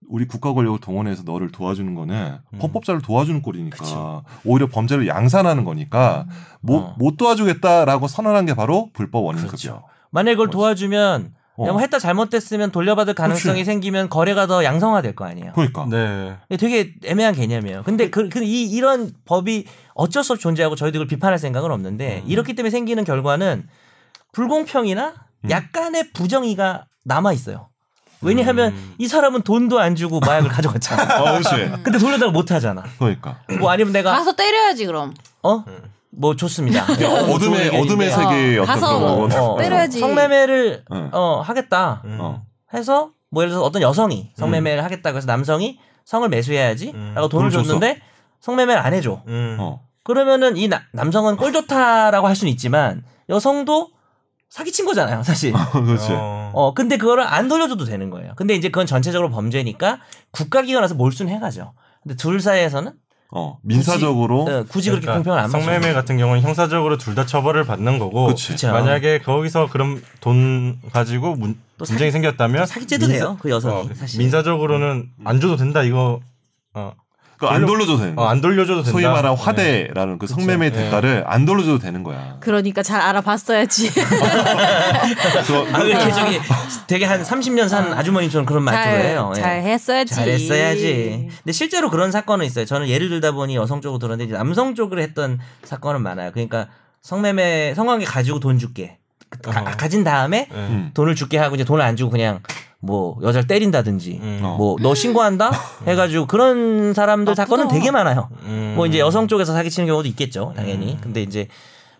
S4: 우리 국가 권력을 동원해서 너를 도와주는 거는
S1: 음.
S4: 범법자를 도와주는 꼴이니까 오히려 범죄를 양산하는 거니까 못,
S3: 어.
S4: 못 도와주겠다라고 선언한 게 바로 불법 원인급이야.
S3: 그렇죠. 만약에 그걸
S4: 뭐지?
S3: 도와주면
S4: 어.
S3: 야, 뭐 했다 잘못됐으면 돌려받을 가능성이
S4: 그치.
S3: 생기면 거래가 더 양성화될 거 아니에요.
S4: 그러니까
S1: 네.
S3: 근데 되게 애매한 개념이에요. 근데 그, 그 이, 이런 법이 어쩔 수 없이 존재하고 저희도 그걸 비판할 생각은 없는데 이렇기 때문에 생기는 결과는 불공평이나 약간의 부정의가 남아 있어요. 왜냐하면
S1: 음.
S4: 음.
S3: 이 사람은 돈도 안 주고 마약을 (laughs) 가져갔잖아.
S4: 아, 그렇지.
S3: 근데 돌려달라고 못 하잖아.
S4: 그러니까
S3: 뭐 아니면 내가
S2: 가서 때려야지 그럼.
S3: 어 뭐 좋습니다. 어, 좋은
S4: 어둠의 어둠의
S3: 의견인데.
S4: 세계의 어떤
S2: 가서
S4: 그런
S2: 뭐,
S4: 거.
S3: 어,
S2: 때려야지.
S3: 성매매를
S4: 응.
S3: 어, 하겠다
S1: 음.
S4: 어.
S3: 해서 뭐 예를 들어서 어떤 여성이 성매매를 하겠다고 해서 남성이 성을
S1: 음.
S3: 매수해야지라고 돈을
S4: 돈을 줬어.
S3: 줬는데 성매매를 안 해줘.
S1: 음.
S4: 어.
S3: 그러면은 이 나- 남성은 꼴 좋다라고 할 수는 있지만 여성도 사기친
S1: (laughs)
S3: 거잖아요, 사실.
S4: (laughs) 그렇지.
S1: 어.
S3: 어, 근데 그거를 안 돌려줘도 되는 거예요. 근데 이제 그건 전체적으로 범죄니까 국가기관에서 몰수는 해가죠. 근데 둘 사이에서는
S4: 어. 민사적으로
S3: 어, 굳이 그렇게
S1: 그러니까
S3: 공평을 안 맞춰요.
S1: 성매매 같은 경우는 형사적으로 둘 다 처벌을 받는 거고
S4: 그치.
S3: 그쵸.
S1: 만약에 거기서 그럼 돈 가지고 문,
S3: 또 사기-
S1: 분쟁이 생겼다면
S3: 사기죄도
S1: 민사-
S3: 돼요, 그 여성이.
S1: 어,
S3: 사실.
S1: 민사적으로는
S4: 음.
S1: 안 줘도 된다 이거 어,
S4: 그러니까 안
S1: 돌려-
S4: 돌려줘도 되는
S1: 어,
S4: 거야.
S1: 안 돌려줘도 된다.
S4: 소위 말한
S1: 네.
S4: 화대라는 그 성매매
S1: 그쵸.
S4: 대가를 안 돌려줘도
S3: (laughs)
S4: 되는 거야.
S2: 그러니까 잘 알아봤어야지.
S3: 그
S4: 그래서
S3: 아, 왜
S1: (laughs)
S3: 이렇게 저기 되게 한 30년 산 아주머니처럼 그런 말투를 해요.
S2: 잘,
S3: 예.
S2: 잘 했어야지.
S3: 잘했어야지. 근데 실제로 그런 사건은 있어요. 저는 예를 들다 보니 여성 쪽으로 들었는데 이제 남성 쪽으로 했던 사건은 많아요. 그러니까 성매매 성관계 가지고 돈 줄게. 그- 가,
S1: 어.
S3: 가진 다음에
S1: 네.
S4: 음.
S3: 돈을 줄게 하고 이제 돈을 안 주고 그냥 뭐 여자를 때린다든지
S1: 음.
S4: 어.
S3: 뭐 너 신고한다 해가지고 그런 사람들
S2: 나쁘다.
S3: 사건은 되게 많아요.
S1: 음.
S3: 뭐 이제 여성 쪽에서 사기치는 경우도 있겠죠, 당연히.
S4: 음.
S3: 근데 이제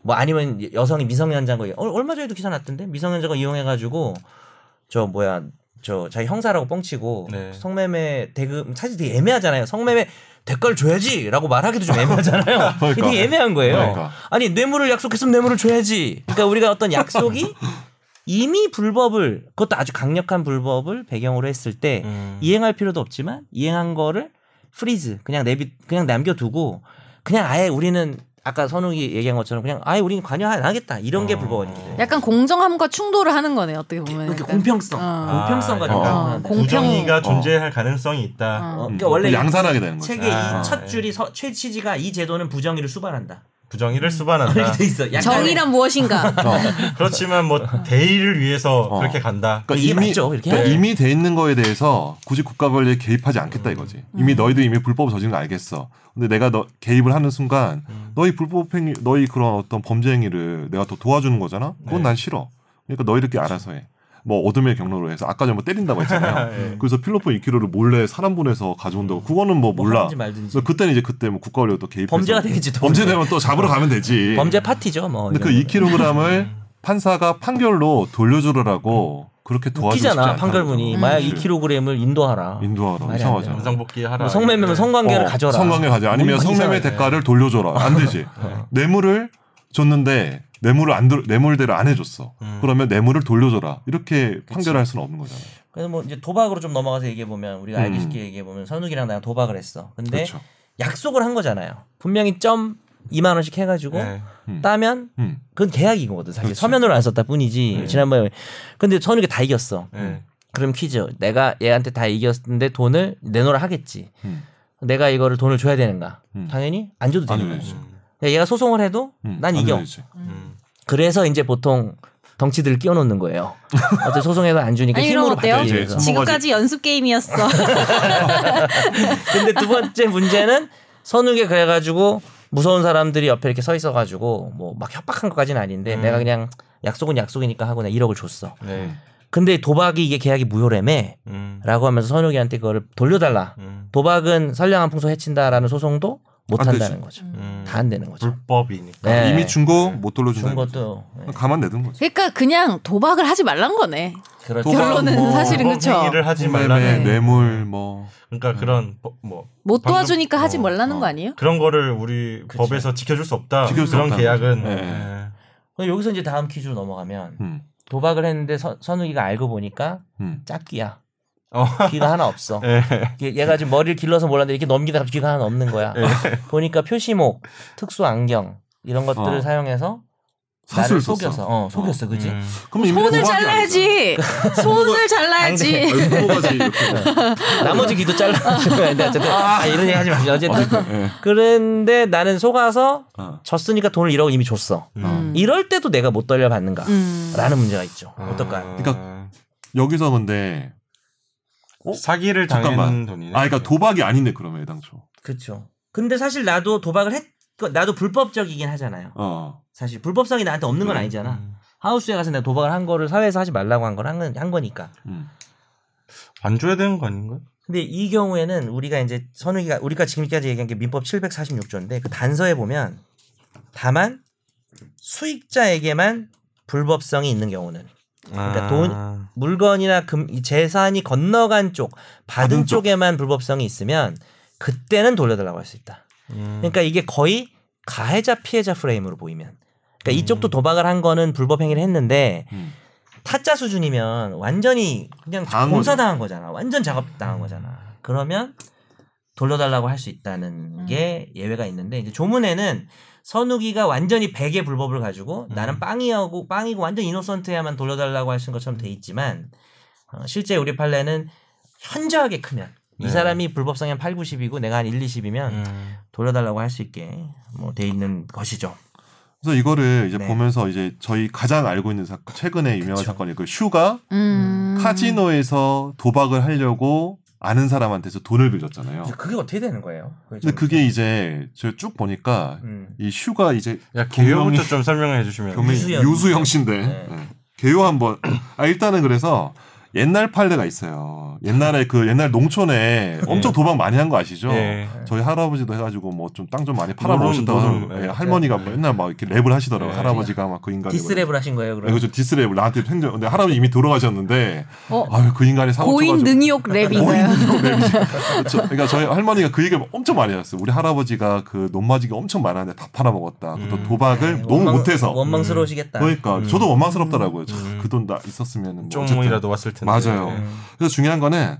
S3: 뭐 아니면 여성이 미성년자인 거 어, 얼마 전에도 기사 났던데 미성년자가 이용해가지고 저 뭐야 저 자기 형사라고 뻥치고
S1: 네.
S3: 성매매 대금 사실 되게 애매하잖아요. 성매매 대가를 줘야지라고 말하기도 좀
S4: (laughs)
S3: 애매하잖아요. 이게 되게 애매한 거예요.
S4: 그러니까.
S3: 아니 뇌물을 약속했으면 뇌물을 줘야지. 그러니까 우리가 어떤
S4: (laughs)
S3: 약속이 이미 불법을 그것도 아주 강력한 불법을 배경으로 했을 때
S1: 음.
S3: 이행할 필요도 없지만 이행한 거를 프리즈 그냥 내비 그냥 남겨두고 그냥 아예 우리는 아까 선욱이 얘기한 것처럼 그냥 아예 우리는 관여 안 하겠다 이런 게
S1: 어.
S3: 불법원인데
S2: 약간 공정함과 충돌을 하는 거네요. 어떻게 보면.
S3: 이렇게
S2: 약간.
S3: 공평성
S2: 어.
S3: 공평성 같은
S4: 아,
S3: 거
S2: 어.
S3: 어.
S2: 공-
S1: 부정의가
S2: 공평-
S1: 존재할 가능성이 있다.
S3: 어,
S2: 어.
S3: 그러니까 원래
S4: 음. 뭐 양산하게 되는 거지.
S3: 책의
S1: 아,
S3: 이
S1: 예.
S3: 첫 줄이 서, 최 취지가 이 제도는 부정의를 수반한다 (laughs) 음.
S1: 부정의를 수반한다.
S3: 이렇게 (laughs) 돼 있어 약간
S2: 정의란
S3: (laughs)
S2: 무엇인가?
S1: 그렇지만 뭐
S3: 어.
S1: 대의를 위해서
S4: 어.
S1: 그렇게 간다.
S4: 그러니까
S3: (laughs) 이게
S4: 이미
S3: 맞죠, 이렇게?
S4: 그러니까
S3: 네.
S4: 이미 돼 있는 거에 대해서 굳이 국가 권리에 개입하지
S3: 음.
S4: 않겠다 이거지. 이미 너희도 이미 불법을 저지른 거 알겠어. 근데 내가 너 개입을 하는 순간
S3: 음.
S4: 너희 불법 행위, 너희 그런 어떤 범죄 행위를 내가 더 도와주는 거잖아. 그건
S1: 네.
S4: 난 싫어. 그러니까 너희들끼리 알아서 해. 뭐 어둠의 경로로 해서 아까 전에 뭐
S3: (laughs)
S4: 때린다고 했잖아요.
S1: 네.
S4: 그래서 필로폰 2kg를 몰래 사람 보내서 가져온다고 그거는 뭐
S3: 뭐
S4: 몰라.
S3: 하든지 말든지.
S4: 그래서 그때는 이제 그때 뭐 국가 권리로 또 개입.
S3: 범죄가 되겠지 또
S4: 범죄되면 또 잡으러 가면 되지.
S3: 범죄 파티죠 뭐
S4: 근데 그
S3: 이런
S4: 2kg을
S3: 음.
S4: 판사가 판결로 돌려주라고 그렇게
S3: 거.
S4: 도와주고 싶지
S3: 웃기잖아
S4: 않다는
S3: 판결문이
S4: 거죠.
S3: 마약
S4: 그치.
S3: 2kg을 인도하라
S4: 인도하라
S3: 말이 안
S4: 이상하잖아. 어,
S1: 영상 복귀 하라. 네.
S3: 뭐 성매매면 성관계를 가져라
S4: 성관계 가져. 아니면
S3: 뭔가
S4: 성매매
S3: 이상하네. 네.
S4: 대가를 돌려줘라.
S3: (laughs)
S4: 안 되지. 뇌물을 줬는데 뇌물을 안 돌- 뇌물대로 안 해줬어.
S1: 음.
S4: 그러면 뇌물을 돌려줘라. 이렇게 판결할 수는 없는 거잖아. 요
S3: 그래서 뭐 이제 도박으로 좀 넘어가서 얘기해 보면 우리가 알기
S4: 음.
S3: 쉽게 얘기해 보면 선욱이랑 나랑 도박을 했어. 근데
S4: 그렇죠.
S3: 약속을 한 거잖아요. 분명히 점 2만 원씩 해가지고
S1: 네.
S4: 음.
S3: 따면
S4: 음.
S3: 그건 계약인 거거든 사실
S4: 그렇지.
S3: 서면으로 안 썼다 뿐이지
S4: 네.
S3: 지난번에 근데 선욱이 다 이겼어.
S1: 네.
S3: 그럼 퀴즈 내가 얘한테 다 이겼는데 돈을 내놓으라 하겠지.
S4: 음.
S3: 내가 이거를 돈을 줘야 되는가?
S4: 음.
S3: 당연히 안 줘도 되는
S4: 안
S3: 거지. 그러니까
S4: 줘야지.
S1: 음.
S3: 얘가 소송을 해도
S4: 음,
S3: 난
S4: 안
S3: 이겨.
S4: 되지.
S1: 음.
S3: 그래서 이제 보통 덩치들을 끼워놓는 거예요. 어때 소송해도 안 주니까
S2: 아니,
S3: 그러니까 힘으로
S2: 이러면 어때요?
S3: 받아야지.
S4: 네, 이제
S3: 그래서.
S2: 지금까지 연습 게임이었어.
S4: (laughs)
S3: 근데 두 번째 문제는 선욱이 그래가지고 무서운 사람들이 옆에 이렇게 서 있어가지고 뭐 막 협박한 것까지는 아닌데
S4: 음.
S3: 내가 그냥 약속은 약속이니까 하고 내가 1억을 줬어.
S1: 네.
S3: 근데 도박이 이게 계약이 무효라며라고
S1: 음.
S3: 하면서 선욱이한테 그거를 돌려달라.
S1: 음.
S3: 도박은 선량한 풍속 해친다라는 소송도 못
S4: 안 되지.
S3: 한다는 거죠.
S1: 음.
S3: 다 안 되는 거죠.
S1: 불법이니까.
S3: 네.
S4: 이미 준 거 못 돌려준다.
S3: 준 것도 네.
S4: 가만 내둔 거지.
S2: 그러니까 그냥 도박을 하지 말란 거네.
S3: 그렇죠.
S4: 도박-
S2: 결론은
S4: 뭐,
S2: 사실은 그렇죠.
S1: 행위를 하지
S4: 매매,
S1: 말라는.
S3: 네.
S4: 뇌물 뭐
S1: 그러니까 그런 법- 뭐
S2: 못
S1: 방금-
S2: 도와주니까 하지
S1: 어,
S2: 말라는
S4: 어.
S2: 거 아니에요?
S1: 그런 거를 우리
S3: 그치.
S1: 법에서 지켜줄 수 없다.
S4: 지켜줄 수
S1: 그런
S4: 없다는
S1: 계약은.
S4: 거죠. 네.
S1: 네.
S3: 그럼 여기서 이제 다음 퀴즈로 넘어가면
S4: 음.
S3: 도박을 했는데 선, 선욱이가 알고 보니까
S4: 음.
S3: 짝귀야.
S1: 어.
S3: 귀가 하나 없어.
S1: 네.
S3: 얘- 얘가 지금 머리를 길러서 몰랐는데 이렇게 넘기다가 갑자기 귀가 하나 없는 거야. 보니까 표시목, 특수 안경 이런 것들을
S4: 어.
S3: 사용해서
S4: 사수를
S3: 나를
S4: 썼어.
S3: 속여서, 어, 속였어, 그지?
S1: 음.
S4: 그럼 이미
S2: 손을
S4: 도박이
S2: 잘라야지. (laughs) 손을 잘라야지.
S4: 아니잖아. 아니, 도박하지,
S2: (laughs)
S4: 이렇게.
S3: 나머지 귀도 잘라가지고 근데 어쨌든 아, 이런 얘기 하지 마시죠. 어쨌든
S4: 어쨌든, 예.
S3: 그런데 나는 속아서
S4: 어.
S3: 졌으니까 돈을 1억 이미 줬어.
S2: 음.
S3: 이럴 때도 내가 못 돌려 받는가?
S2: 음.
S3: 라는 문제가 있죠.
S1: 아.
S3: 어떨까요?
S4: 그러니까 여기서 근데
S1: 어? 사기를 당한
S4: 잠깐만.
S1: 돈이네.
S4: 아, 그러니까 도박이 아닌데 그러면 애당초.
S3: 그렇죠. 근데 사실 나도 도박을 했 나도 불법적이긴 하잖아요.
S4: 어.
S3: 사실 불법성이 나한테 없는 건 아니잖아.
S1: 음.
S3: 하우스에 가서 내가 도박을 한 거를 사회에서 하지 말라고 한 걸 한 거니까.
S4: 음.
S1: 안 줘야 되는 거 아닌가요?
S3: 근데 이 경우에는 우리가 이제 선우기가 우리가 지금까지 얘기한 게 민법 746조인데 그 단서에 보면 다만 수익자에게만 불법성이 있는 경우는 그러니까
S1: 아.
S3: 돈- 물건이나 금, 이 재산이 건너간 쪽 받은,
S4: 받은 쪽.
S3: 쪽에만 불법성이 있으면 그때는 돌려달라고 할 수 있다.
S1: 음.
S3: 그러니까 이게 거의 가해자 피해자 프레임으로 보이면 그러니까 이쪽도 도박을 한 거는 불법 행위를 했는데
S4: 음.
S3: 타짜 수준이면 완전히 그냥
S4: 당한
S3: 공사당한 거잖아. 완전 작업 당한 거잖아. 그러면 돌려달라고 할 수 있다는 게 예외가 있는데 이제 조문에는 선우기가 완전히 100의 불법을 가지고 나는 빵이하고 빵이고 완전 이노선트야만 돌려달라고 하신 것처럼 돼 있지만 어, 실제 우리 판례는 현저하게 크면 이
S1: 네.
S3: 사람이 불법성이 한 8, 90이고 내가 한 1, 20이면
S1: 음.
S3: 돌려달라고 할 수 있게 뭐 돼 있는 것이죠.
S4: 그래서 이거를 이제
S3: 네.
S4: 보면서 이제 저희 가장 알고 있는 사 최근에 유명한
S3: 그쵸.
S4: 사건이 그 슈가
S2: 음.
S4: 카지노에서 도박을 하려고 아는 사람한테서 돈을 빌렸잖아요.
S3: 그게 어떻게 되는 거예요?
S4: 근데 그게 이제 저 쭉 보니까
S3: 음.
S4: 이 슈가 이제
S1: 야 개요부터 좀 설명해 주시면.
S4: 교민
S3: 유수영.
S4: 유수영 씨인데
S3: 네.
S4: 네. 개요 한번 아 일단은 그래서 옛날 판례가 있어요. 옛날에 그 옛날 농촌에
S3: 네.
S4: 엄청 도박 많이 한 거 아시죠?
S1: 예.
S4: 저희 할아버지도 해가지고 뭐 좀 땅 좀 많이
S1: 노름,
S4: 팔아먹으셨다고
S1: 노름.
S4: 하
S1: 네.
S4: 할머니가 맨날 막 이렇게 랩을 하시더라고요.
S1: 네.
S4: 할아버지가 막 그 인간이
S3: 디스랩을 하신 거예요,
S4: 네,
S3: 그럼?
S4: 그죠 디스랩을 나한테 횡전 근데 할아버지 이미 돌아가셨는데
S2: 어,
S4: 아유 그 인간이 사고
S2: 고인
S4: 쳐가지고
S2: 능욕 음. 랩인가요?
S4: 그렇죠. 그러니까 저희 할머니가 그 얘기를 엄청 많이 하셨어요. 우리 할아버지가 그 논마지가 엄청 많았는데 다 팔아먹었다. 그 또
S1: 음.
S4: 도박을
S3: 네,
S4: 너무
S3: 원망-
S4: 못해서.
S3: 원망스러우시겠다.
S4: 그러니까
S1: 음.
S4: 저도 원망스럽더라고요.
S1: 음.
S4: 그 돈 다 있었으면 뭐 어쨌든.
S1: 쪽문이라도 왔을 텐데.
S4: 맞아요. 그래서 중요한 거는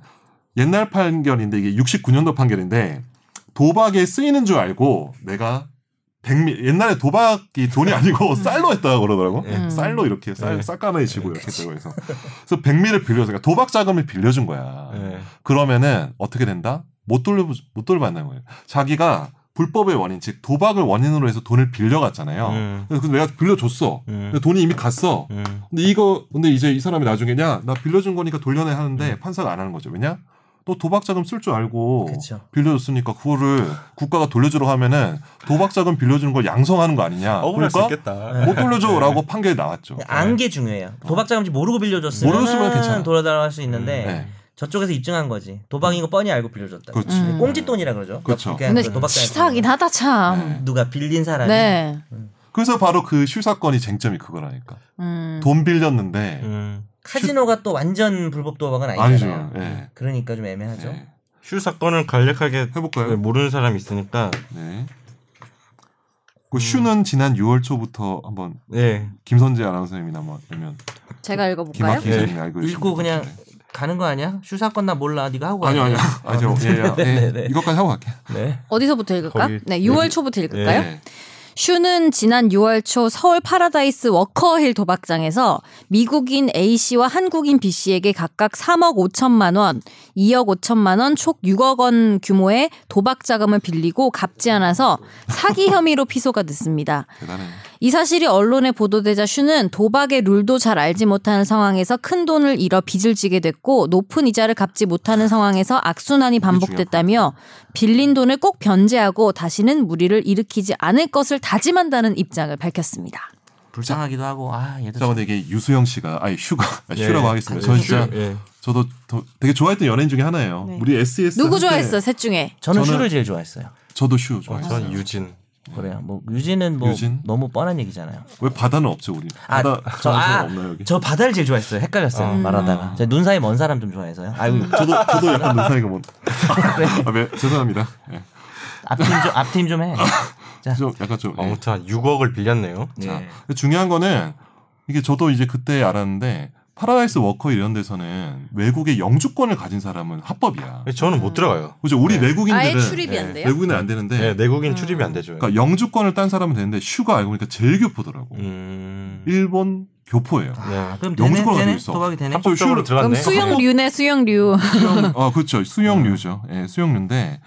S4: 옛날 판결인데 이게 69년도 판결인데 도박에 쓰이는 줄 알고 내가 백미 옛날에 도박이
S1: (laughs)
S4: 돈이 아니고 쌀로 했다고 그러더라고.
S2: 예.
S4: 쌀로 이렇게 쌀
S1: 예.
S4: 쌀감에 지고 이렇게 했다고 해서 그래서 백미를 빌려서 그러니까 도박 자금을 빌려준 거야.
S1: 예.
S4: 그러면은 어떻게 된다? 못 돌려 못 돌려받는 거예요. 자기가 불법의 원인 즉 도박을 원인으로 해서 돈을 빌려갔잖아요.
S1: 음.
S4: 그래서 내가 빌려줬어.
S1: 음.
S4: 근데 돈이 이미 갔어.
S1: 음.
S4: 근데 이거 근데 이제 이 사람이 나중에 야 나 빌려준 거니까 돌려내 하는데 판사가 안 하는 거죠. 왜냐? 너 도박 자금 쓸 줄 알고
S3: 그쵸.
S4: 빌려줬으니까 그거를 국가가 돌려주라고 하면은 도박 자금 빌려주는 걸 양성하는 거 아니냐.
S1: 억울할 수
S4: 그러니까
S1: 있겠다.
S4: 못 돌려줘라고 판결이 나왔죠.
S3: 네. 안게 중요해요. 도박 자금인지 모르고 빌려줬으면
S4: 모르겠으면 괜찮아.
S3: 돌아달라고 할 수 있는데
S4: 네.
S3: 저쪽에서 입증한 거지. 도박인 거 뻔히 알고 빌려줬다. 네,
S4: 그렇지.
S2: 음.
S3: 꽁짓돈이라 그러죠.
S4: 그렇죠.
S3: 그러니까
S2: 근데
S3: 그 도박장에서 음.
S2: 치사하긴 하다 참.
S4: 네.
S3: 누가 빌린 사람이
S2: 네.
S4: 그래서 바로 그 슈 사건이 쟁점이 그거라니까.
S2: 음.
S4: 돈 빌렸는데
S1: 음.
S3: 카지노가 또 완전 불법 도박은
S4: 아니죠.
S3: 아니잖아요.
S4: 예.
S3: 그러니까 좀 애매하죠.
S4: 예.
S1: 휴 사건을 간략하게
S4: 해볼까요?
S1: 모르는 사람이 있으니까.
S4: 네. 그 슈는 지난 6월 초부터 한번
S1: 예.
S4: 김선재 아나운서님이나 뭐 아니면
S2: 제가
S4: 김학기
S2: 읽어볼까요?
S1: 네.
S4: 기자님이 알고 계시는
S3: 읽고
S4: 것
S3: 그냥
S4: 같은데.
S3: 가는 거 아니야? 슈 사건 나 몰라. 네가 하고
S4: 네. 아니요
S3: 와라.
S4: 아니요 아니요 예, 예, 예.
S3: (laughs) 네.
S4: 이것까지 하고 갈게.
S3: 네.
S2: 어디서부터 읽을까?
S1: 거기-
S2: 네, 6월
S1: 여기-
S2: 초부터
S4: 요
S2: 읽을까요? 슈는 지난 6월 초 서울 파라다이스 워커힐 도박장에서 미국인 A씨와 한국인 B씨에게 각각 3억 5천만 원, 2억 5천만 원, 총 6억 원 규모의 도박 자금을 빌리고 갚지 않아서 사기 혐의로 피소가 됐습니다.
S4: 대단해.
S2: 이 사실이 언론에 보도되자 슈는 도박의 룰도 잘 알지 못하는 상황에서 큰 돈을 잃어 빚을 지게 됐고 높은 이자를 갚지 못하는 상황에서 악순환이 반복됐다며 빌린 돈을 꼭 변제하고 다시는 무리를 일으키지 않을 것을 다짐한다는 입장을 밝혔습니다.
S3: 불쌍하기도 하고 아 얘도
S4: 자, 근데 이게 유수영 씨가 아니 슈가 아, 슈라고 하겠습니다. 저
S1: 예.
S4: 진짜
S1: 예.
S4: 저도 더- 되게 좋아했던 연예인 중에 하나예요.
S2: 네.
S4: 우리 SES
S2: 누구
S4: 할 때
S2: 좋아했어 셋 중에?
S3: 저는,
S4: 저는-
S3: 슈를 제일 좋아했어요.
S4: 저도 슈
S1: 어,
S4: 좋아했어요.
S1: 전 유진.
S3: 그래요. 뭐 유진은 뭐
S4: 유진?
S3: 너무 뻔한 얘기잖아요.
S4: 왜 바다는 없죠 우리?
S3: 아,
S4: 바다
S3: 저,
S4: 좋아하는 사람
S3: 아,
S4: 없나요 여기? 아.
S3: 저 바다를 제일 좋아했어요. 헷갈렸어요. 말하다가. 제가 눈 사이 먼 사람 좀 좋아해서요. 아이고.
S4: 저도 저도 약간 눈사이가 뭐 아, 네, 죄송합니다. 예.
S3: 앞팀 좀, 앞팀 좀 해. 자.
S4: 좀 약간 좀 예.
S1: 아무튼 한 6억을 빌렸네요.
S4: 자,
S3: 네.
S4: 근데 중요한 거는 이게 저도 이제 그때 알았는데 파라다이스 워커 이런 데서는 외국의 영주권을 가진 사람은 합법이야.
S1: 저는 못 들어가요.
S4: 그죠? 우리
S1: 네.
S2: 아예
S4: 외국인들은 네,
S2: 출입이 안 돼요?
S4: 외국인은 안 되는데
S1: 예, 내국인 출입이
S2: 음.
S1: 안 되죠.
S4: 그러니까 영주권을 딴 사람은 되는데 슈가 알고 보니까 제일 교포더라고.
S1: 음.
S4: 일본 교포예요.
S1: 네.
S3: 아, 그럼 되네,
S4: 영주권 가지고
S3: 되네.
S4: 있어.
S3: 도박이 되네.
S4: 합법적으로
S1: 쪽으로
S2: 그럼
S1: 들어갔네.
S2: 수영류네 수영류.
S4: (laughs) 수영, 아 그렇죠. 수영류죠. 예, 수영류인데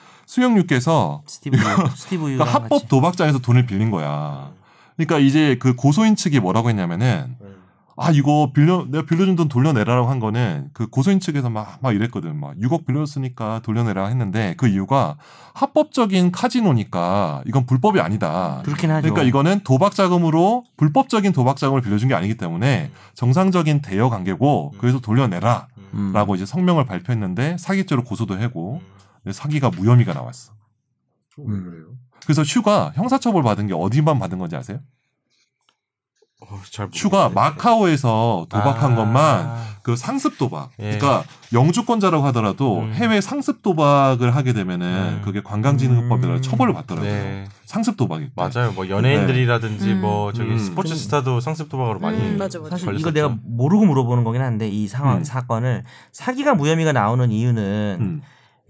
S4: 수영류께서
S3: 스티브 유- 스티브 유.
S4: 그러니까 합법 도박장에서 돈을 빌린 거야. 그러니까 이제 그 고소인 측이 뭐라고 했냐면은 아 이거 빌려 내가 빌려준 돈 돌려내라라고 한 거는 그 고소인 측에서 막 막 이랬거든 막 6억 빌려줬으니까 돌려내라 했는데 그 이유가 합법적인 카지노니까 이건 불법이 아니다.
S3: 그렇긴 하죠.
S4: 그러니까 이거는 도박 자금으로 불법적인 도박 자금을 빌려준 게 아니기
S1: 음.
S4: 때문에 정상적인 대여 관계고 그래서 돌려내라라고
S3: 음.
S4: 이제 성명을
S1: 음.
S4: 발표했는데 사기죄로 고소도 하고 사기가 무혐의가 나왔어.
S3: 음.
S4: 그래서 슈가 형사처벌 받은 게 어디만 받은 건지 아세요? 어,
S1: 네.
S4: 슈가 마카오에서 도박한 것만 그 상습
S1: 아.
S4: 도박.
S1: 예.
S4: 그러니까 영주권자라고 하더라도
S1: 음.
S4: 해외 상습 도박을 하게 되면은
S1: 음.
S4: 그게
S3: 음.
S4: 관광진흥법에 따라 처벌을 받더라고요.
S1: 네.
S4: 상습 도박이.
S1: 맞아요. 뭐 연예인들이라든지
S2: 음.
S1: 뭐 저기
S4: 음.
S1: 스포츠 스타도 상습 도박으로 많이
S2: 음, 맞아,
S1: 사실
S2: 맞아.
S3: 사실
S1: 걸렸었죠.
S3: 이거 내가
S4: 뭐,
S3: 모르고 물어보는 거긴 한데 이 상황
S4: 음.
S3: 사건을 사기가 무혐의가 나오는 이유는
S4: 음.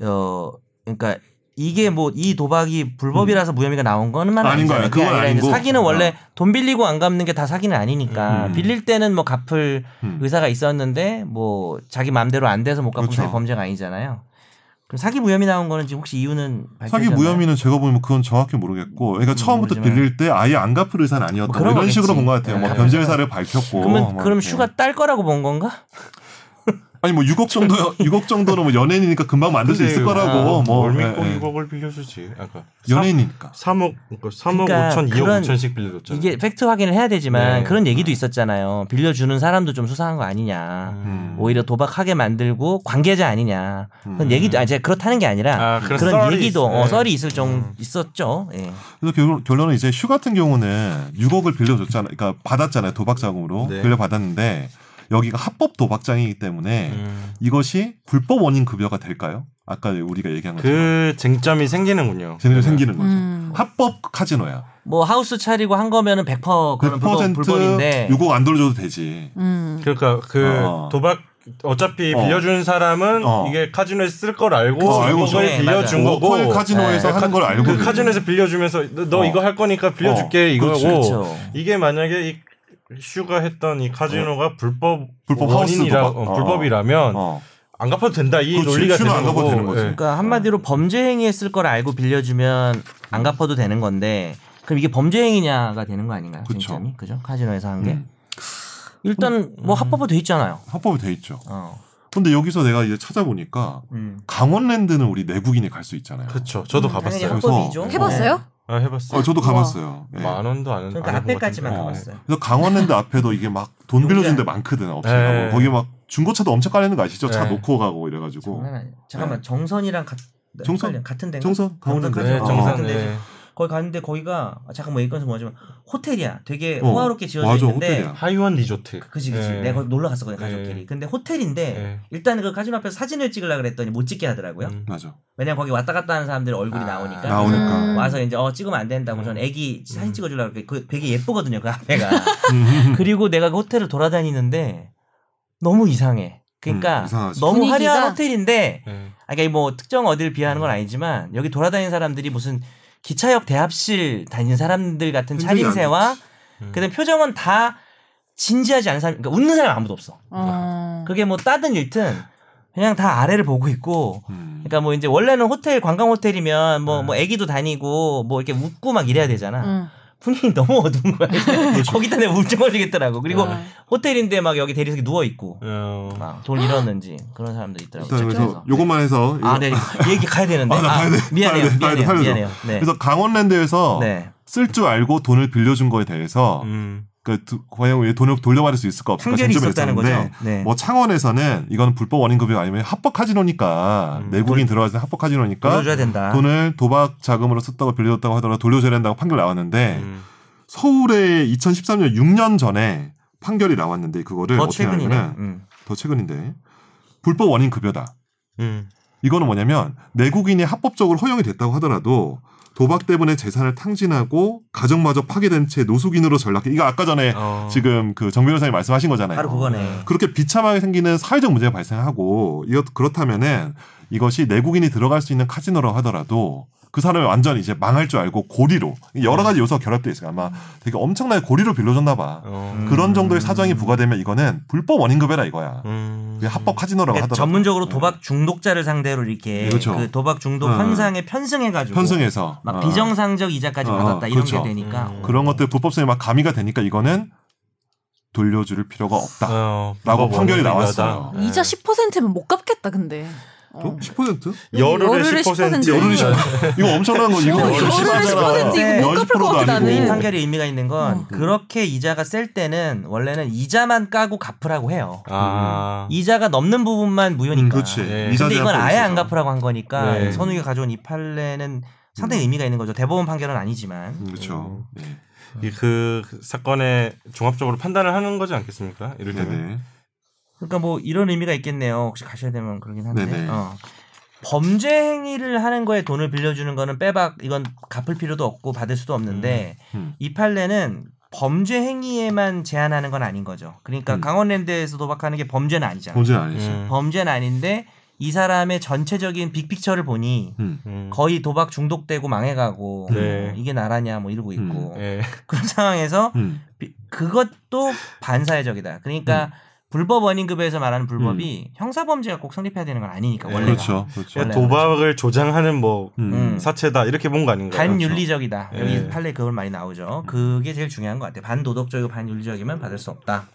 S3: 어 그러니까 이게 뭐 이 도박이 불법이라서 무혐의가 나온 거는만
S4: 음. 아닌 거예요.
S3: 그게
S4: 그건
S3: 아니라 이제
S4: 아니고.
S3: 사기는 원래 돈 빌리고 안 갚는 게 다 사기는 아니니까
S4: 음.
S3: 빌릴 때는 뭐 갚을
S4: 음.
S3: 의사가 있었는데 뭐 자기 마음대로 안 돼서 못 갚은
S4: 그렇죠.
S3: 게 범죄가 아니잖아요. 그럼 사기 무혐의 나온 거는 지금 혹시 이유는
S4: 사기
S3: 밝혀졌나요?
S4: 무혐의는 제가 보면 그건 정확히 모르겠고, 그러니까 처음부터
S3: 모르지만.
S4: 빌릴 때 아예 안 갚을 의사는 아니었다.
S3: 뭐
S4: 뭐
S3: 그런
S4: 이런
S3: 거겠지.
S4: 식으로 본 것 같아요.
S3: 네.
S4: 뭐 변제 의사를 밝혔고.
S3: 그러면
S4: 막
S3: 그럼
S4: 이렇게.
S3: 슈가 딸 거라고 본 건가?
S4: 아니 뭐 6억 정도 (laughs) 6억 정도는 뭐 연예인이니까 금방 만들 수
S3: 네,
S4: 있을 거라고.
S1: 아,
S4: 뭐
S1: 월미고
S4: 예, 예.
S1: 2억을 빌려주지. 아까
S4: 연예인이니까.
S1: 3억 그러니까 3억
S3: 그러니까
S1: 5천, 2억
S3: 그런-
S1: 5천씩 빌려줬잖아요.
S3: 이게 팩트 확인을 해야
S1: 네.
S3: 되지만 그런 얘기도 있었잖아요. 빌려주는 사람도 좀 수상한 거 아니냐.
S1: 음.
S3: 오히려 도박하게 만들고 관계자 아니냐. 그런 얘기도 아니 제가 그렇다는 게 아니라
S1: 아, 그런
S3: 그런
S1: 썰이
S3: 얘기도
S1: 있어요.
S3: 어, 썰이 있을 정 있었죠. 예.
S4: 그래서 결론, 결론은 이제 슈 같은 경우는 6억을 빌려줬잖아요. 그러니까 받았잖아요. 도박 자금으로
S1: 네.
S4: 빌려받았는데 여기가 합법 도박장이기 때문에
S1: 음.
S4: 이것이 불법 원인 급여가 될까요? 아까 우리가 얘기한 것처럼
S1: 그 쟁점이
S3: 그
S1: 생기는군요.
S4: 재미로 생기는 거죠.
S2: 음.
S4: 합법 카지노야.
S3: 뭐 하우스 차리고 한 거면은 100% 그러면 불법,
S4: 100%
S3: 불법인데
S4: 6억 안 돌려줘도 되지.
S2: 음.
S1: 그러니까 그
S4: 어.
S1: 도박 어차피
S4: 어.
S1: 빌려준 사람은
S4: 어.
S1: 이게 카지노에 쓸 걸 알고
S4: 어, 알고
S1: 이걸
S3: 줬네.
S1: 빌려준
S4: 오,
S3: 뭐,
S4: 코일
S1: 거고
S4: 카지노에서
S1: 네.
S4: 하는 걸 알고
S1: 그
S4: 있는
S1: 카지노에서 빌려주면서 너, 너
S4: 어.
S1: 이거 할 거니까 빌려줄게
S4: 어.
S1: 이거고
S4: 그렇지,
S3: 그렇죠.
S1: 이게 만약에 이 슈가 했던 이 카지노가 불법
S4: 어. 불법
S1: 원인이라
S4: 하우스 도박?
S1: 어, 불법이라면
S4: 어.
S1: 안 갚아도 된다 이
S4: 그렇지,
S1: 논리가
S4: 슈는
S1: 되는
S4: 안 갚아도
S1: 거고
S4: 되는 거지.
S1: 예.
S3: 그러니까
S4: 어.
S3: 한마디로 범죄 행위했을 걸 알고 빌려주면
S4: 음.
S3: 안 갚아도 되는 건데 그럼 이게 범죄 행위냐가 되는 거 아닌가요?
S4: 그쵸.
S3: 쟁점이 그죠? 카지노에서 한 게
S4: 음.
S3: 일단 뭐 합법화 돼 있잖아요.
S4: 합법이 돼 있죠.
S3: 어.
S4: 근데 여기서 내가 이제 찾아보니까 강원랜드는 우리 내국인이 갈 수 있잖아요.
S1: 그쵸 그렇죠. 저도
S3: 음, 당연히
S1: 가봤어요
S4: 한-
S3: 합법이죠.
S2: 해봤어요?
S1: 아 해봤어요
S4: 어, 저도 가봤어요. 예.
S1: 만 원도 안
S3: 그러니까
S1: 안 해본
S3: 앞에까지만
S1: 것 같은데.
S3: 가봤어요.
S4: 그래서 강원랜드 앞에도 이게 막 돈 빌려준 데 많거든 업체가
S1: 네.
S4: 뭐 거기 막 중고차도 엄청 깔리는 거 아시죠? 차
S1: 네.
S4: 놓고 가고 이래가지고 네.
S3: 장난 아니. 잠깐만 정선이랑 같
S4: 정선?
S3: 헷갈려. 같은 데인가?
S4: 정선 강원랜드 아.
S3: 정선
S1: 네,
S3: 어.
S1: 정상
S3: 근데
S1: 네.
S3: 거기 갔는데 거기가 아, 잠깐만 얘기해서 뭐냐면 호텔이야. 되게
S4: 어,
S3: 호화롭게 지어져
S4: 맞아,
S3: 있는데
S4: 호텔이야.
S1: 하이원 리조트
S3: 그지 그지.
S1: 예.
S3: 내가 거기 놀러 갔었거든
S1: 네.
S3: 가족끼리. 근데 호텔인데
S1: 네.
S3: 일단 그 카지노 앞에서 사진을 찍으려 그랬더니 못 찍게 하더라고요.
S1: 음.
S4: 맞아
S3: 왜냐면 거기 왔다 갔다 하는 사람들
S4: 아.
S3: 얼굴이 나오니까.
S4: 나오니까
S2: 음.
S3: 와서 이제 어 찍으면 안 된다고 전 애기 사진 찍어주려고 그랬- 그 되게 예쁘거든요 그 앞에가
S4: 음.
S3: (laughs) 그리고 내가 그 호텔을 돌아다니는데 너무 이상해 그러니까
S4: 음, 이상하지.
S3: 너무
S2: 분위기가-
S3: 화려한 호텔인데
S1: 네.
S3: 아, 그러니까 뭐 특정 어디를 비하하는
S4: 음.
S3: 건 아니지만 여기 돌아다니는 사람들이 무슨 기차역 대합실 다니는 사람들 같은
S4: 흔들이 안
S3: 차림새와
S1: 음.
S3: 그다음 표정은 다 진지하지 않은 사람, 그러니까 웃는 사람 아무도 없어.
S2: 어.
S3: 그게 뭐 따든 일든 그냥 다 아래를 보고 있고.
S4: 음.
S3: 그러니까 뭐 이제 원래는 호텔 관광 호텔이면 뭐 뭐 애기도 다니고 뭐 이렇게 웃고 막 이래야 되잖아.
S2: 음.
S3: 분위기 너무 어두운 거야. (laughs) 거기다 내가 우울증 걸리겠더라고. 그리고
S4: 네.
S2: 어.
S3: 호텔인데 막 여기 대리석에 누워 있고
S1: 어.
S3: 막 돈 잃었는지 그런 사람들 있더라고.
S4: 일단
S3: 그래서
S4: 그래서 요것만 해서
S3: 아, 네. 얘기 가야 되는데.
S4: 아, 나 가야 돼.
S3: 미안해요.
S4: 가야 돼, 가야 돼,
S3: 미안해요.
S4: 가야 돼.
S3: 미안해요. 네.
S4: 그래서 강원랜드에서
S3: 네.
S4: 쓸 줄 알고 돈을 빌려준 거에
S3: 어.
S4: 대해서
S1: 음.
S4: 그 두- 과연 왜 돈을 돌려받을 수 있을까 없을까
S3: 충격이
S4: 쟁점이
S3: 있었다는 거죠.
S4: 됐었는데
S3: 네.
S4: 뭐 창원에서는 이건 불법 원인급여 아니면 합법 카지노니까
S1: 음.
S4: 내국인 들어와서 합법 카지노니까
S3: 돌려줘야 된다.
S4: 돈을 도박 자금으로 썼다고 빌려줬다고 하더라도 돌려줘야 된다고 판결
S3: 네.
S4: 나왔는데
S1: 음.
S4: 서울에 2013년 6년 전에 판결이 나왔는데 그거를
S3: 더
S4: 어떻게
S3: 최근이네.
S4: 하냐면
S3: 뭐 음.
S4: 더 최근인데 불법 원인 급여다.
S1: 음.
S4: 이거는 뭐냐면 내국인이 합법적으로 허용이 됐다고 하더라도 도박 때문에 재산을 탕진하고 가정마저 파괴된 채 노숙인으로 전락해. 이거 아까 전에
S1: 어.
S4: 지금 그 정 변호사님 말씀하신 거잖아요.
S3: 바로 그거네.
S4: 그렇게 비참하게 생기는 사회적 문제가 발생하고 이것 그렇다면은 이것이 내국인이 들어갈 수 있는 카지노라고 하더라도 그 사람이 완전 이제 망할 줄 알고 고리로 여러 가지 요소가 결합돼 있어요. 아마 되게 엄청나게 고리로 빌려줬나 봐.
S1: 어.
S3: 음.
S4: 그런 정도의 사정이 부과되면 이거는 불법 원인급여라 이거야.
S1: 음.
S4: 이게 합법 카지노라고
S3: 그러니까
S4: 하더라도
S3: 전문적으로 도박 중독자를 상대로 이렇게
S4: 네. 그렇죠.
S3: 그 도박 중독
S4: 음.
S3: 현상에 편승해가지고
S4: 편승해서
S3: 막
S4: 어.
S3: 비정상적 이자까지
S4: 어,
S3: 받았다 이런
S4: 그렇죠.
S3: 게 되니까
S1: 음.
S4: 그런 것들 불법성이 막 가미가 되니까 이거는 돌려줄 필요가 없다.
S3: 아.
S1: 어,
S4: 라고
S1: 불법
S4: 판결이
S1: 원인급여다.
S4: 나왔어요.
S1: 네.
S2: 이자 10%면 못 갚겠다 근데. 어.
S4: 음. 10%?
S1: 네. 열흘에
S2: 열흘에
S1: 10%.
S2: 10%.
S4: 열흘이 심- 이거 엄청난
S2: (laughs)
S4: 거 이거
S2: 어, 열흘에
S4: 심하잖아.
S2: 10% 이거 못 갚을 것
S4: 10%도
S2: 같아,
S3: 이
S2: 나는.
S4: 아니고.
S3: 판결의 의미가 있는 건
S4: 음.
S3: 그렇게 이자가 셀 때는 원래는 이자만 까고 갚으라고 해요.
S1: 아.
S3: 이자가 넘는 부분만 무효니까.
S4: 음,
S3: 예.
S4: 그렇지.
S1: 네.
S3: 근데
S4: 이자제한법이
S3: 이건 아예 안
S4: 있어서.
S3: 갚으라고 한 거니까
S1: 네.
S3: 선우이가 가져온 이 판례는
S4: 음.
S3: 상당히 의미가 있는 거죠. 대법원 판결은 아니지만.
S4: 그렇죠.
S3: 음.
S4: 네.
S1: 이그 사건에 종합적으로 판단을 하는 거지 않겠습니까? 이럴 때는
S4: 네네.
S3: 그러니까 뭐 이런 의미가 있겠네요. 혹시 가셔야 되면 그러긴 한데.
S4: 네네.
S3: 어. 범죄 행위를 하는 거에 돈을 빌려주는 거는 빼박 이건 갚을 필요도 없고 받을 수도 없는데
S4: 음.
S3: 이 판례는 범죄 행위에만 제한하는 건 아닌 거죠. 그러니까
S4: 음.
S3: 강원랜드에서 도박하는 게 범죄는 아니잖아.
S4: 범죄 아니죠.
S1: 음,
S3: 범죄는 아닌데 이 사람의 전체적인 빅픽처를 보니
S4: 음.
S1: 음.
S3: 거의 도박 중독되고 망해가고
S1: 네.
S3: 이게 나라냐 뭐 이러고 있고
S4: 네.
S1: 예.
S3: 그런 상황에서
S4: 음.
S3: 비- 그것도 반사회적이다. 그러니까 불법 원인급에서 말하는 불법이 형사범죄가 꼭 성립해야 되는 건 아니니까
S1: 네.
S3: 원래가
S4: 그렇죠. 그렇죠.
S1: 그러니까 (laughs) 도박을 조장하는 뭐
S4: 음.
S1: 사체다 이렇게 본 거 아닌가요?
S3: 반윤리적이다.
S1: 그렇죠. 예.
S3: 여기 판례 그걸 많이 나오죠. 그게 제일 중요한 것 같아요. 반도덕적이고 반윤리적이면 받을 수 없다.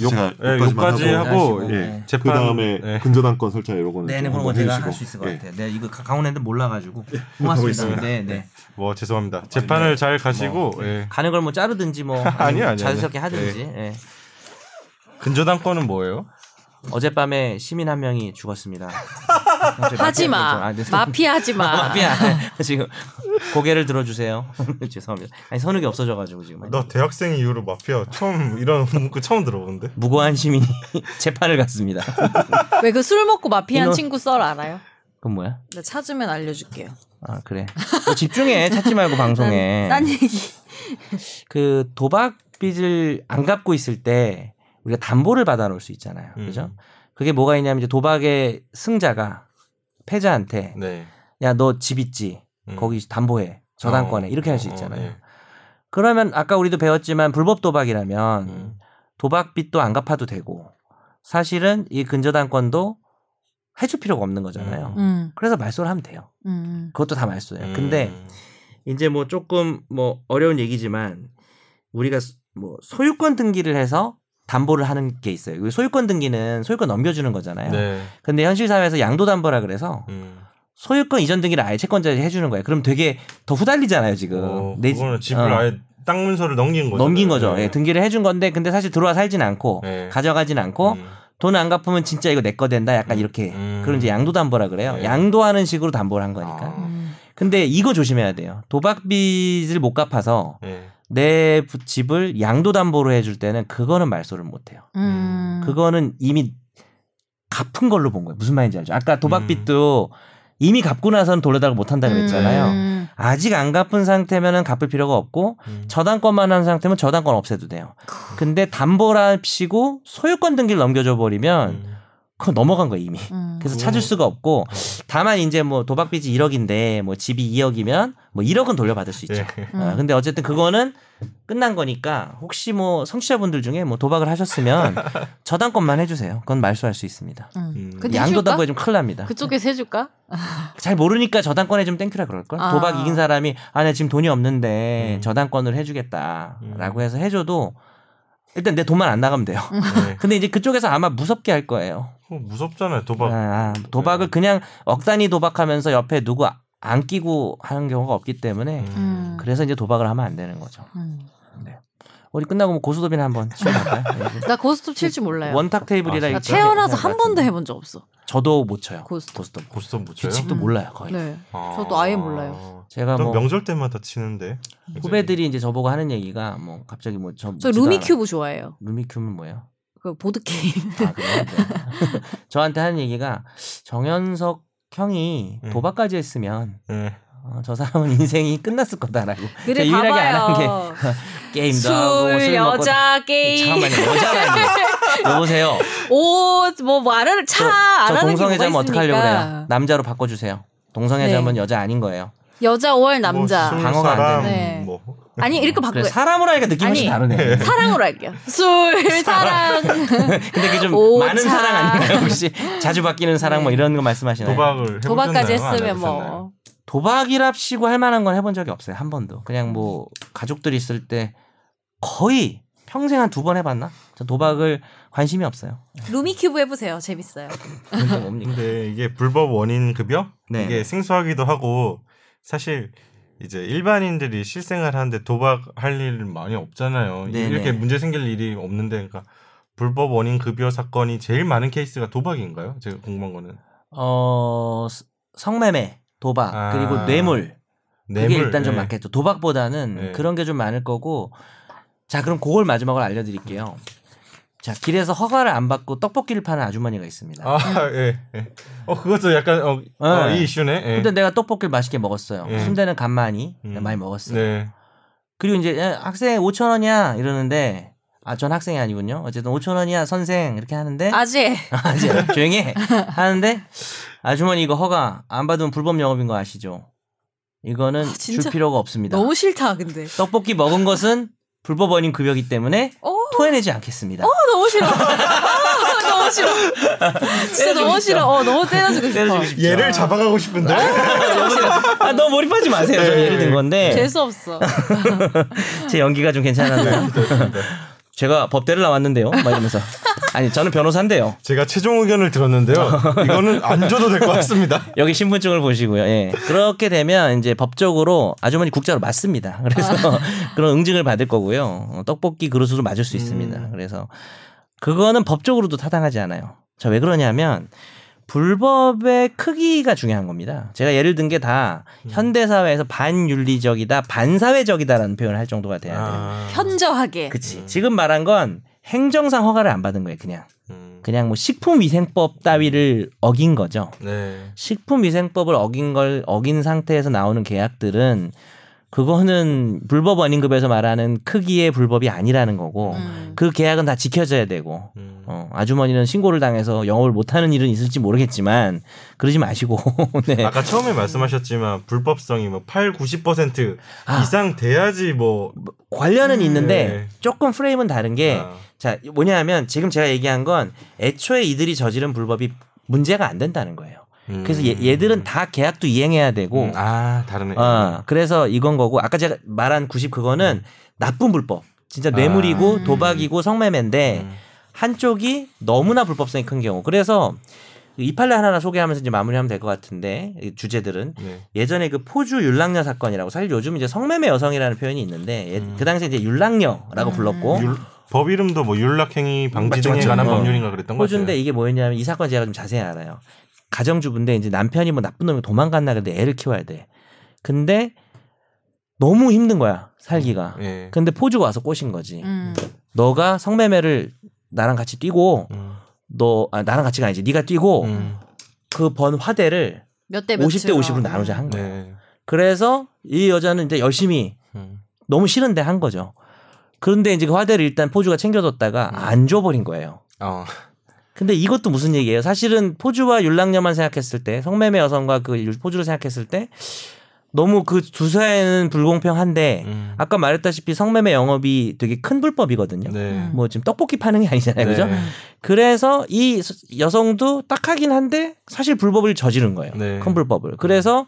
S1: 욕-
S4: 제가
S1: 예, 욕까지
S4: 욕까지만
S1: 하고,
S3: 하시고,
S1: 예.
S3: 예.
S1: 재판
S4: 그 다음에
S1: 예.
S4: 근저당권 설정 어, 이런 거는
S3: 네,
S4: 좀
S3: 네, 그런 거
S4: 한번
S3: 제가
S4: 해주시고.
S3: 할 수 있을 것
S4: 예.
S3: 같아요. 네, 이거 강원랜드 몰라가지고
S4: 하고
S3: 고맙습니다.
S4: 있습니다.
S3: 네, 네.
S1: 뭐 죄송합니다. 재판을 잘 가시고 예.
S3: 가는 걸 뭐 자르든지 뭐
S1: 아니요, 아니요,
S3: 자연스럽게
S1: 아니요.
S3: 하든지. 예.
S1: 근저당권은 뭐예요?
S3: 어젯밤에 시민 한
S2: (laughs)
S3: 명이 죽었습니다.
S2: 하지 마.
S3: 아, 네.
S2: 마피아 하지 마.
S3: (laughs) 마피아 지금 고개를 들어주세요. (laughs) 죄송합니다. 아니 선욱이 없어져가지고 지금
S1: 너 대학생 이후로 마피아 처음 이런 (laughs) 문구 처음 들어보는데.
S3: 무고한 시민이 (laughs) 재판을 갔습니다. (laughs)
S2: 왜 그 술 먹고 마피한
S3: 이거-
S2: 친구 썰 알아요?
S3: 그건 뭐야?
S2: 나 찾으면 알려줄게요.
S3: 아 그래. 너 집중해. 찾지 말고 방송해.
S2: 난, 딴 얘기.
S3: 그 도박 빚을 안 갚고 있을 때 우리가 담보를 받아놓을 수 있잖아요. 그죠?
S1: 음.
S3: 그게 뭐가 있냐면 이제 도박의 승자가 패자한테
S1: 네.
S3: 야 너 집 있지?
S1: 음.
S3: 거기 담보해. 저당권에
S1: 어,
S3: 이렇게 할 수
S1: 어, 어,
S3: 있잖아요.
S1: 예.
S3: 그러면 아까 우리도 배웠지만 불법 도박이라면
S1: 음.
S3: 도박빚도 안 갚아도 되고 사실은 이 근저당권도 해줄 필요가 없는 거잖아요.
S1: 음.
S2: 음,
S3: 그래서 말소를 하면 돼요.
S2: 음.
S3: 그것도 다 말소예요. 근데 이제 뭐 조금 뭐 어려운 얘기지만 우리가 소- 뭐 소유권 등기를 해서 담보를 하는 게 있어요. 그 소유권 등기는 소유권 넘겨주는 거잖아요.
S1: 네.
S3: 근데 현실 사회에서 양도 담보라 그래서
S1: 음.
S3: 소유권 이전 등기를 아예 채권자에 해주는 거예요. 그럼 되게 더 후달리잖아요 지금.
S1: 어,
S3: 내 집-
S1: 그거는 집을
S3: 어.
S1: 아예 땅 문서를 넘긴 거죠.
S3: 넘긴 거죠. 예, 등기를 해준 건데 근데 사실 들어와 살진 않고
S1: 네.
S3: 가져가진 않고
S1: 음.
S3: 돈 안 갚으면 진짜 이거 내 거 된다 약간
S1: 음.
S3: 이렇게
S1: 음.
S3: 그런 이제 양도 담보라 그래요.
S1: 네.
S3: 양도하는 식으로 담보를 한 거니까.
S4: 아.
S2: 음.
S3: 근데 이거 조심해야 돼요. 도박빚을 못 갚아서
S1: 예.
S3: 내 부- 집을 양도 담보로 해줄 때는 그거는 말소를 못 해요.
S2: 음.
S3: 그거는 이미 갚은 걸로 본 거예요. 무슨 말인지 알죠? 아까 도박빚도 이미 갚고 나서는 돌려달라고 못 한다 그랬잖아요.
S2: 음.
S3: 아직 안 갚은 상태면은 갚을 필요가 없고
S1: 음.
S3: 저당권만 한 상태면 저당권 없애도 돼요. 근데 담보랍시고 소유권 등기를 넘겨줘 버리면
S1: 음.
S3: 그거 넘어간 거예요 이미.
S2: 음.
S3: 그래서
S1: 음. 네.
S3: 찾을 수가 없고 다만 이제 뭐 도박빚이 1억인데 뭐 집이 2억이면 뭐 1억은 돌려받을 수 있죠.
S1: 예.
S2: 음,
S3: 아, 근데 어쨌든 그거는 끝난 거니까 혹시 뭐 청취자분들 중에 뭐
S1: (laughs)
S3: 도박을 하셨으면 저당권만 해주세요. 그건 말소할 수 있습니다.
S2: 음.
S1: 음.
S2: 근데
S3: 양도
S2: 해줄까?
S3: 담보에 좀 큰일 납니다.
S2: 그쪽에서 해줄까?
S3: 잘 모르니까 저당권에 좀 땡큐라 그럴걸?
S2: 아.
S3: 도박 이긴 사람이 아, 나 지금 돈이 없는데
S1: 음.
S3: 저당권을
S1: 음.
S3: 해주겠다라고 해서 해줘도 일단 내 돈만 안 나가면 돼요.
S2: 음.
S1: 네.
S3: 근데 이제 그쪽에서 아마 무섭게 할 거예요.
S1: 그거 무섭잖아요. 도박.
S3: 아, 아, 도박을 그냥 억단위 도박하면서 옆에 누구 아- 안 끼고 하는 경우가 없기 때문에
S1: 음.
S3: 그래서 이제 도박을 하면 안 되는 거죠.
S2: 음.
S3: 우리 끝나고 뭐 고스톱이나 한번
S2: (laughs)
S3: 치워볼까요? 예.
S2: 나 고스톱 칠 줄 몰라요.
S3: 원탁 테이블이라 네,
S1: 아,
S2: 나
S3: 있죠?
S2: 태어나서 한 번도 해본 적 없어.
S3: 저도 못 쳐요.
S2: 고스톱.
S3: 고스톱.
S1: 고스톱 못 쳐요.
S3: 규칙도
S2: 음.
S3: 몰라요 거의.
S2: 네.
S1: 아.
S2: 저도 아예 몰라요.
S3: 제가
S1: 전
S3: 뭐
S1: 명절 때마다 치는데.
S3: 후배들이 이제 저보고 하는 얘기가 뭐 갑자기 뭐저
S2: 저 루미큐브 좋아해요.
S3: 루미큐는 뭐예요?
S2: 그 보드 게임.
S3: 아, 그래요? 네. (laughs) 저한테 하는 얘기가 정현석 형이
S1: 음.
S3: 도박까지 했으면
S1: 예.
S3: 어, 저 사람은 인생이 끝났을 거다라고.
S2: 그래
S3: 유일하게 안 한 게
S2: 봐봐요.
S3: 게임도
S2: 술,
S3: 하고 네, 술 먹고
S2: 여자 게임, (laughs)
S3: 잠깐만요 여자라니 여보세요
S2: 옷, 뭐, 뭐 알아, 차,
S3: 저
S2: 알아는 게 뭐가
S3: 동성애자면 어떡하려고 그래요
S2: 있습니까? 네.
S3: 남자로 바꿔주세요 동성애자면 여자 아닌 거예요
S2: 여자 월
S1: 뭐,
S2: 남자.
S1: 술
S3: 방어가 안
S1: 사람,
S2: 되네. 네.
S1: 뭐.
S2: 아니 이렇게 바꿔요.
S3: 그래 사람으로 하니까 느낌이
S2: 아니.
S3: 훨씬 다르네
S2: (laughs) 사랑으로 할게요.
S3: (laughs)
S2: 술, 사랑.
S3: 근데 그게
S2: (laughs)
S3: 좀
S2: 오차. 네.
S3: 많은 사랑 아닌가요 혹시 자주 바뀌는 사랑 뭐 이런 거 말씀하시나요
S1: (laughs)
S3: 아, 네,
S1: 도박을
S2: 도박까지
S1: 해보셨나요? 안
S2: 했으면
S1: 해보셨나요?
S2: 뭐.
S3: 이랍시고할 만한 건 해본 적이 없어요 한 번도 그냥 뭐 가족들이 있을 때 거의 평생 한 두 번 해봤나 저 도박을 관심이 없어요
S2: 루미큐브 해보세요. 재밌어요.
S1: (laughs)
S3: 그건 뭡니까
S1: 근데 이게 불법 원인 급여
S3: 네.
S1: 이게 생소하기도 하고 사실 이제 일반인들이 실생활 하는데 도박할 일 많이 없잖아요.
S3: 네네.
S1: 이렇게 문제 생길 일이 없는데 그러니까 불법 원인 급여 사건이 제일 많은 케이스가 도박인가요? 제가 궁금한 거는.
S3: 어 스- 성매매 도박
S1: 아.
S3: 그리고 뇌물 그게 일단 좀
S1: 네.
S3: 많겠죠. 도박보다는
S1: 네.
S3: 그런 게 좀 많을 거고 자 그럼 그걸 마지막으로 알려드릴게요. 자 길에서 허가를 안 받고 떡볶이를 파는 아주머니가 있습니다.
S1: 아, 예. 예. 어, 그것도 약간 어, 어,
S3: 네.
S1: 이 이슈네. 예.
S3: 근데 내가 떡볶이를 맛있게 먹었어요.
S1: 예.
S3: 순대는 간만이
S1: 음.
S3: 많이 먹었어요.
S1: 네.
S3: 그리고 이제 야, 학생 5천 원이야 이러는데 아 전 학생이 아니군요. 어쨌든 5천 원이야 선생 이렇게 하는데
S2: 아직
S3: (laughs)
S2: (laughs)
S3: 아, 이제 조용히 해. 하는데 아주머니 이거 허가 안 받으면 불법 영업인 거 아시죠? 이거는
S2: 아, 진짜?
S3: 줄 필요가 없습니다.
S2: 너무 싫다 근데.
S3: 떡볶이 먹은 것은 불법원인 급여기 때문에
S2: 어
S3: 토해내지 않겠습니다.
S2: 너무
S3: (laughs)
S2: 싫어. 아, 너무 싫어. 진짜 너무 싫어. 어, 너무 때려주고 싶어.
S3: 때려주고 싶-
S1: 얘를 잡아가고 싶은데.
S3: 아, 너무 몰입하지 마세요. 저
S2: 네.
S3: 예를 든 건데
S2: 재수 없어.
S3: 제 연기가 좀
S2: 네,
S3: 괜찮았나요? 제가 법대를 나왔는데요. 막 이러면서 아니 저는 변호사인데요.
S1: 제가 최종 의견을
S3: (laughs)
S1: 들었는데요. 이거는 안 줘도 될 것 같습니다.
S3: 여기 신분증을 보시고요. 예. 그렇게 되면 이제 법적으로 아주머니 국자로 맞습니다. 그래서 (laughs) 그런 응징을 받을 거고요. 어, 떡볶이 그릇으로 맞을 수 있습니다. 그래서 그거는 법적으로도 타당하지 않아요. 저 왜 그러냐면 불법의 크기가 중요한 겁니다. 제가 예를 든 게 다 현대 사회에서 반윤리적이다, 반사회적이다라는 표현을 할 정도가 돼야 돼요.
S1: 아,
S2: 현저하게.
S3: 그치. 지금 말한 건 행정상 허가를 안 받은 거예요, 그냥.
S1: 음,
S3: 그냥 뭐 식품위생법 따위를 어긴 거죠.
S1: 네.
S3: 식품위생법을 어긴 걸 어긴 상태에서 나오는 계약들은 그거는 불법 원인급에서 말하는 크기의 불법이 아니라는 거고
S2: 음.
S3: 그 계약은 다 지켜져야 되고
S1: 음.
S3: 어, 아주머니는 신고를 당해서 영업을 못하는 일은 있을지 모르겠지만 그러지 마시고 (laughs) 네.
S1: 아까 처음에 말씀하셨지만 불법성이 뭐 8, 90%
S3: 아.
S1: 이상 돼야지 뭐
S3: 관련은
S1: 네.
S3: 있는데 조금 프레임은 다른 게
S1: 아.
S3: 자 뭐냐면 지금 제가 얘기한 건 애초에 이들이 저지른 불법이 문제가 안 된다는 거예요. 그래서 얘, 얘들은 다 계약도 이행해야 되고
S1: 음, 아 다르네.
S3: 어, 그래서 이건 거고 아까 제가 말한 90 그거는 나쁜 불법. 진짜 뇌물이고
S2: 아.
S3: 도박이고 성매매인데
S1: 음.
S3: 한쪽이 너무나 불법성이 큰 경우. 그래서 이 판례 하나하나 소개하면서 이제 마무리하면 될 것 같은데 이 주제들은
S1: 네.
S3: 예전에 그 포주 율랑녀 사건이라고 사실 요즘 이제 성매매 여성이라는 표현이 있는데 예-
S1: 음.
S3: 그 당시에 이제 율랑녀라고 불렀고
S1: 율- 법 이름도 뭐 율락행위 방지 등에
S3: 맞죠.
S1: 관한
S3: 어.
S1: 법률인가 그랬던 거
S3: 호주인데 이게 뭐였냐면 이 사건 제가 좀 자세히 알아요. 가정주부인데 이제 남편이 뭐 나쁜 놈이 도망갔나 근데 애를 키워야 돼. 근데 너무 힘든 거야 살기가.
S1: 예.
S3: 근데 포주가 와서 꼬신 거지.
S2: 음.
S3: 너가 성매매를 나랑 같이 뛰고
S1: 음.
S3: 너 아, 나랑 같이가 아니지. 네가 뛰고
S1: 음.
S3: 그 번 화대를
S2: 몇대 몇.
S3: 50대 50으로 나누자 한 거야.
S1: 네.
S3: 그래서 이 여자는 이제 열심히
S1: 음.
S3: 너무 싫은데 한 거죠. 그런데 이제 그 화대를 일단 포주가 챙겨줬다가
S1: 음.
S3: 안 줘버린 거예요.
S1: 어.
S3: 근데 이것도 무슨 얘기예요? 사실은 포주와 율랑녀만 생각했을 때 성매매 여성과 그 율- 포주를 생각했을 때 너무 그 두 사회는 불공평한데
S1: 음.
S3: 네. 아까 말했다시피 성매매 영업이 되게 큰 불법이거든요.
S1: 네.
S3: 뭐 지금 떡볶이 파는 게 아니잖아요, 그죠?
S1: 네.
S2: 음.
S3: 그래서 이 서- 여성도 딱하긴 한데 사실 불법을 저지른 거예요.
S1: 네.
S3: 큰 불법을. 그래서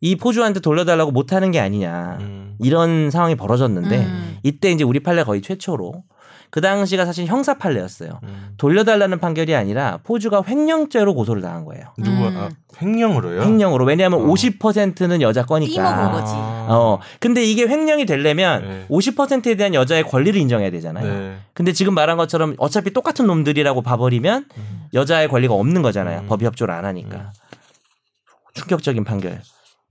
S3: 이 포주한테 돌려달라고 못하는 게 아니냐
S1: 음.
S3: 이런 상황이 벌어졌는데
S2: 음.
S3: 이때 이제 우리 판례 거의 최초로 그 당시가 사실 형사 판례였어요.
S1: 음.
S3: 돌려달라는 판결이 아니라 포주가 횡령죄로 고소를 당한 거예요.
S1: 누구 아, 횡령으로요?
S3: 횡령으로 왜냐하면
S1: 어.
S3: 50%는 여자
S2: 띠먹은
S3: 거니까.
S2: 거지.
S3: 어 근데 이게 횡령이 되려면
S1: 네.
S3: 50%에 대한 여자의 권리를 인정해야 되잖아요.
S1: 네.
S3: 근데 지금 말한 것처럼 어차피 똑같은 놈들이라고 봐버리면
S1: 음.
S3: 여자의 권리가 없는 거잖아요.
S1: 음.
S3: 법이 협조를 안 하니까 충격적인 판결.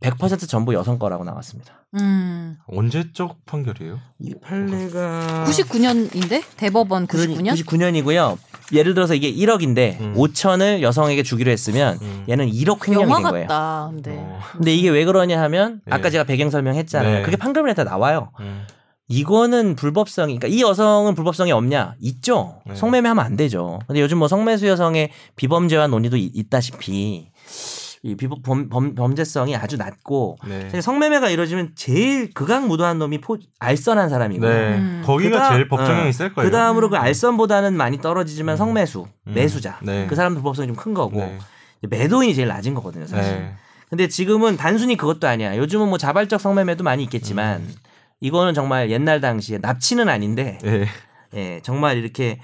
S3: 100% 전부 여성 거라고 나왔습니다.
S2: 음.
S1: 언제적 판결이에요?
S3: 이 판례가
S2: 99년인데 대법원 99년.
S3: 99년이고요. 예를 들어서 이게 1억인데
S1: 음.
S3: 5천을 여성에게 주기로 했으면
S1: 음.
S3: 얘는 1억 횡령이
S2: 영화
S3: 된 거예요.
S2: 같다.
S3: 네.
S2: 근데.
S1: 어.
S3: 근데 이게 왜 그러냐 하면
S1: 네.
S3: 아까 제가 배경 설명했잖아요.
S1: 네.
S3: 그게 판결문에 다 나와요.
S1: 음.
S3: 이거는 불법성이 그러니까 이 여성은 불법성이 없냐? 있죠.
S1: 네.
S3: 성매매하면 안 되죠. 근데 요즘 뭐 성매수 여성의 비범죄화 논의도 이- 있다시피 이 비범 범, 범- 범죄성이 아주 낮고
S1: 네.
S3: 사실 성매매가 이루어지면 제일 극악무도한 놈이 포, 알선한 사람이고 요
S1: 네.
S2: 음.
S1: 거기가
S3: 그다음-
S1: 제일 법정형이
S3: 어.
S1: 셀 거예요.
S3: 그 다음으로 그 알선보다는 많이 떨어지지만 성매수
S1: 음.
S3: 매수자
S1: 네.
S3: 그 사람 불법성이 좀 큰 거고
S1: 네.
S3: 매도인이 제일 낮은 거거든요 뭐 사실.
S1: 네.
S3: 근데 지금은 단순히 그것도 아니야. 요즘은 뭐 자발적 성매매도 많이 있겠지만
S1: 음.
S3: 이거는 정말 옛날 당시에 납치는 아닌데
S1: 예.
S3: 예, 정말 이렇게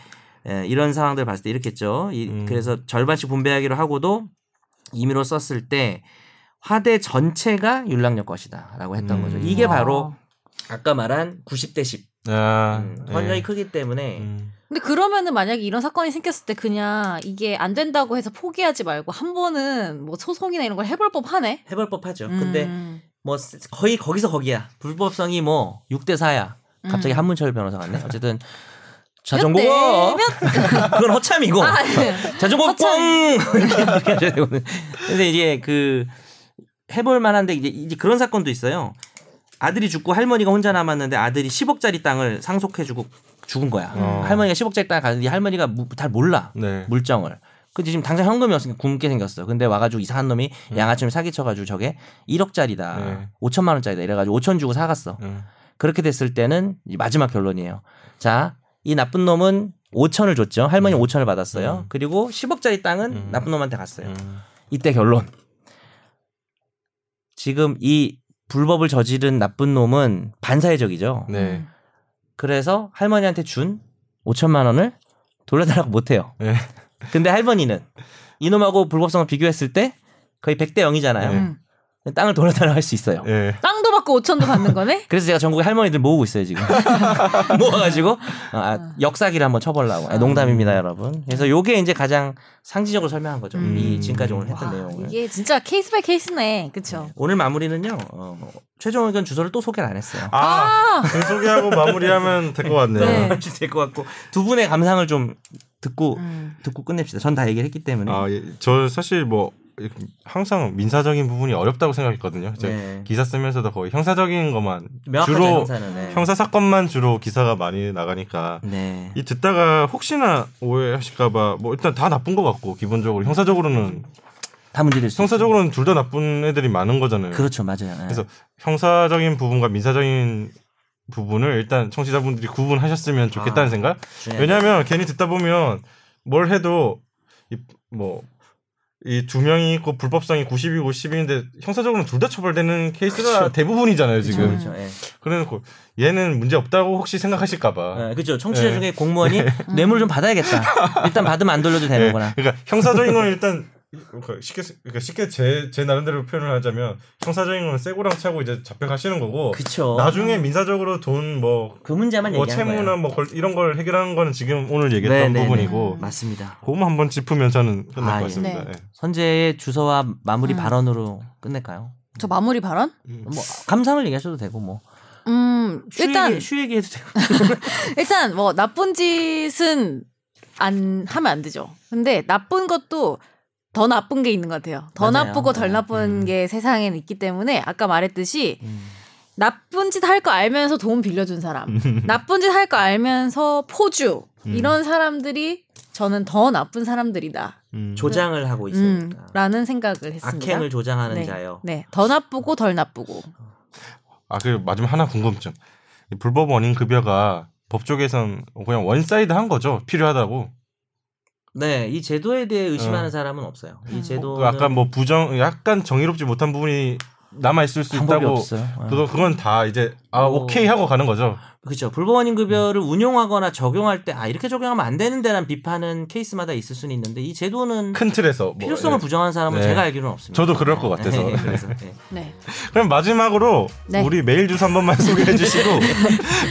S3: 예, 이런 상황들 봤을 때 이렇게 했죠. 이-
S1: 음.
S3: 그래서 절반씩 분배하기로 하고도 임의로 썼을 때 화대 전체가 율랑역 것이다라고 했던
S1: 음.
S2: 아.
S3: 거죠. 이게 바로 아까 말한 90대 10
S1: 아,
S3: 음,
S1: 예.
S3: 환경이 크기 때문에
S1: 음.
S2: 근데 그러면은 만약에 이런 사건이 생겼을 때 그냥 이게 안 된다고 해서 포기하지 말고 한 번은 뭐 소송이나 이런 걸 해볼 법하네.
S3: 해볼 법하죠.
S2: 음.
S3: 근데 뭐 스- 거의 거기서 거기야. 불법성이 뭐 6대 4야. 갑자기 한문철 변호사 같네.
S2: (laughs)
S3: 어쨌든 자전거
S2: 몇 음. 대?
S3: (laughs) 그건 허참이고
S2: 아, 네.
S3: 자전거
S2: 허참.
S3: 꽝 (laughs) 이렇게 이렇게 하셔야 되거든. 근데 이제 그 해볼 만한데 이제, 이제 그런 사건도 있어요. 아들이 죽고 할머니가 혼자 남았는데 아들이 10억짜리 땅을 상속해주고 죽은 거야.
S1: 어.
S3: 할머니가 10억짜리 땅을 가는데 이 할머니가 무- 잘 몰라
S1: 네.
S3: 물정을. 근데 지금 당장 현금이 없으니까 굶게 생겼어. 근데 와가지고 이상한 놈이
S2: 음.
S3: 양아치를 사기쳐가지고 저게 1억짜리다,
S1: 네.
S3: 5천만 원짜리다 이래가지고 5천 주고 사갔어.
S1: 음.
S3: 그렇게 됐을 때는 이 마지막 결론이에요. 자, 이 나쁜 놈은 5천을 줬죠. 할머니 5천을 받았어요.
S1: 음.
S3: 그리고 10억짜리 땅은
S1: 음.
S3: 나쁜 놈한테 갔어요.
S1: 음.
S3: 이때 결론. 지금 이 불법을 저지른 나쁜 놈은 반사회적이죠.
S2: 음.
S1: 네.
S3: 그래서 할머니한테 준 5천만 원을 돌려달라고 못해요.
S1: 네.
S3: 근데 할머니는 이놈하고 불법성을 비교했을 때 거의 100대 0이잖아요.
S2: 음.
S1: 네.
S3: 땅을 돌려달라고 할 수 있어요.
S1: 예.
S2: 땅도 받고 5천도 받는 거네.
S3: 그래서 제가 전국에 할머니들 모으고 있어요 지금 (laughs) 모아가지고 아, 역사기를 한번 쳐보려고 아, 농담입니다 여러분 그래서 요게 이제 가장 상징적으로 설명한 거죠
S2: 음.
S3: 이 지금까지 오늘 (laughs) 했던
S2: 와,
S3: 내용을
S2: 이게 진짜 케이스 바이 케이스네. 그쵸?
S3: 오늘 마무리는요 어, 최종 의견 주소를 또 소개를 안 했어요
S1: 아,
S2: 아,
S1: 그 소개하고 마무리하면 될 것 같네요.
S3: (laughs)
S2: 네.
S3: 될것 같고 두 분의 감상을 좀 듣고
S2: 음.
S3: 듣고 끝냅시다 전 다 얘기를 했기 때문에
S1: 아, 예. 저 사실 뭐 이렇게 항상 민사적인 부분이 어렵다고 생각했거든요. 제가
S3: 네.
S1: 기사 쓰면서도 거의 형사적인 것만
S3: 명확하죠
S1: 예, 주로
S3: 형사는 네.
S1: 형사 사건만 주로 기사가 많이 나가니까
S3: 네.
S1: 이 듣다가 혹시나 오해하실까봐 뭐 일단 다 나쁜 것 같고 기본적으로 형사적으로는
S3: 다 문제될 수 있어요.
S1: 형사적으로는 둘 다 나쁜 애들이 많은 거잖아요.
S3: 그렇죠 맞아요 네.
S1: 그래서 형사적인 부분과 민사적인 부분을 일단 청취자분들이 구분하셨으면 좋겠다는
S3: 아,
S1: 생각.
S3: 중요해요.
S1: 왜냐하면 괜히 듣다 보면 뭘 해도 뭐 이 두 명이 있고 불법성이 90이고 10인데 형사적으로는 둘 다 처벌되는 케이스가
S3: 그쵸.
S1: 대부분이잖아요 지금.
S3: 그렇죠 예.
S1: 그래놓고 얘는 문제 없다고 혹시 생각하실까봐.
S3: 네, 그렇죠. 청취자
S1: 네.
S3: 중에 공무원이 뇌물 좀 받아야겠다. 일단 받으면 안 돌려도 되는구나.
S1: 그러니까 형사적인 건 일단 그러니까 쉽게 그러니까 쉽게 제 제 나름대로 표현을 하자면 형사적인 건 쇠고랑 차고 이제 잡혀가시는 거고
S3: 그쵸.
S1: 나중에 민사적으로 돈뭐
S3: 그 문제만
S1: 뭐
S3: 얘기하는 거예요.
S1: 채무나 뭐 걸- 이런 걸 해결하는 거는 지금 오늘 얘기했던
S3: 네, 네,
S1: 부분이고
S3: 맞습니다.
S1: 그거만 뭐 한번 짚으면 저는 끝날
S3: 아,
S1: 것
S3: 예.
S1: 같습니다. 예.
S2: 네.
S3: 선재의 주소와 마무리
S2: 음.
S3: 발언으로 끝낼까요?
S2: 저 마무리 발언?
S1: 음.
S3: 뭐 감상을 얘기하셔도 되고 뭐
S2: 음,
S3: 쉬
S2: 일단
S3: 얘기, 쉬 얘기해도 되고
S2: 일단 뭐 나쁜 짓은 안 하면 안 되죠. 근데 나쁜 것도 더 나쁜 게 있는 것 같아요. 더
S3: 맞아요.
S2: 나쁘고 덜
S3: 네.
S2: 나쁜 게 세상엔 있기 때문에 아까 말했듯이
S3: 음.
S2: 나쁜 짓 할 거 알면서 돈 빌려준
S3: (laughs)
S2: 사람, 나쁜 짓 할 거 알면서 포주
S3: 음.
S2: 이런 사람들이 저는 더 나쁜 사람들이다.
S1: 음.
S3: (laughs) 조장을 하고
S2: 음,
S3: 있으니까
S2: 라는 생각을 했습니다.
S3: 악행을 조장하는
S2: 네,
S3: 자요.
S2: 네, 더 나쁘고 덜 나쁘고.
S1: 아 그리고 마지막 하나 궁금증. 이 불법 원인 급여가 법조계선 그냥 원사이드 한 거죠. 필요하다고.
S3: 네, 이 제도에 대해 의심하는
S1: 어.
S3: 사람은 없어요. 이
S2: 음.
S3: 제도
S1: 그 아까 뭐 부정 약간 정의롭지 못한 부분이 남아 있을 수
S3: 방법이
S1: 있다고.
S3: 없어요.
S1: 그거 그건 다 이제 아
S3: 어.
S1: 오케이 하고 가는 거죠.
S3: 그렇죠. 불법원인 급여를 운용하거나 적용할 때 아 이렇게 적용하면 안 되는데란 비판은 케이스마다 있을 수는 있는데 이 제도는
S1: 큰 틀에서 뭐,
S3: 필요성을
S1: 예.
S3: 부정한 사람은
S1: 네.
S3: 제가 알기로는 없습니다.
S1: 저도 그럴 것 같아서.
S3: 네, 그래서,
S1: (laughs)
S3: 네.
S2: 네,
S1: 그럼 마지막으로
S2: 네.
S1: 우리 메일 주소 한 번만 (laughs) 소개해
S2: (laughs)
S1: 주시고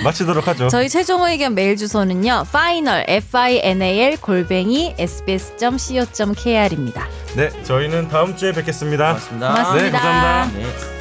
S1: 마치도록 하죠.
S2: 저희 최종 의견 메일 주소는요. final f i n a l 골뱅이 sbs.co.kr입니다.
S1: 네, 저희는 다음 주에 뵙겠습니다.
S3: 고맙습니다.
S2: 고맙습니다.
S1: 네, 감사합니다.
S3: 네.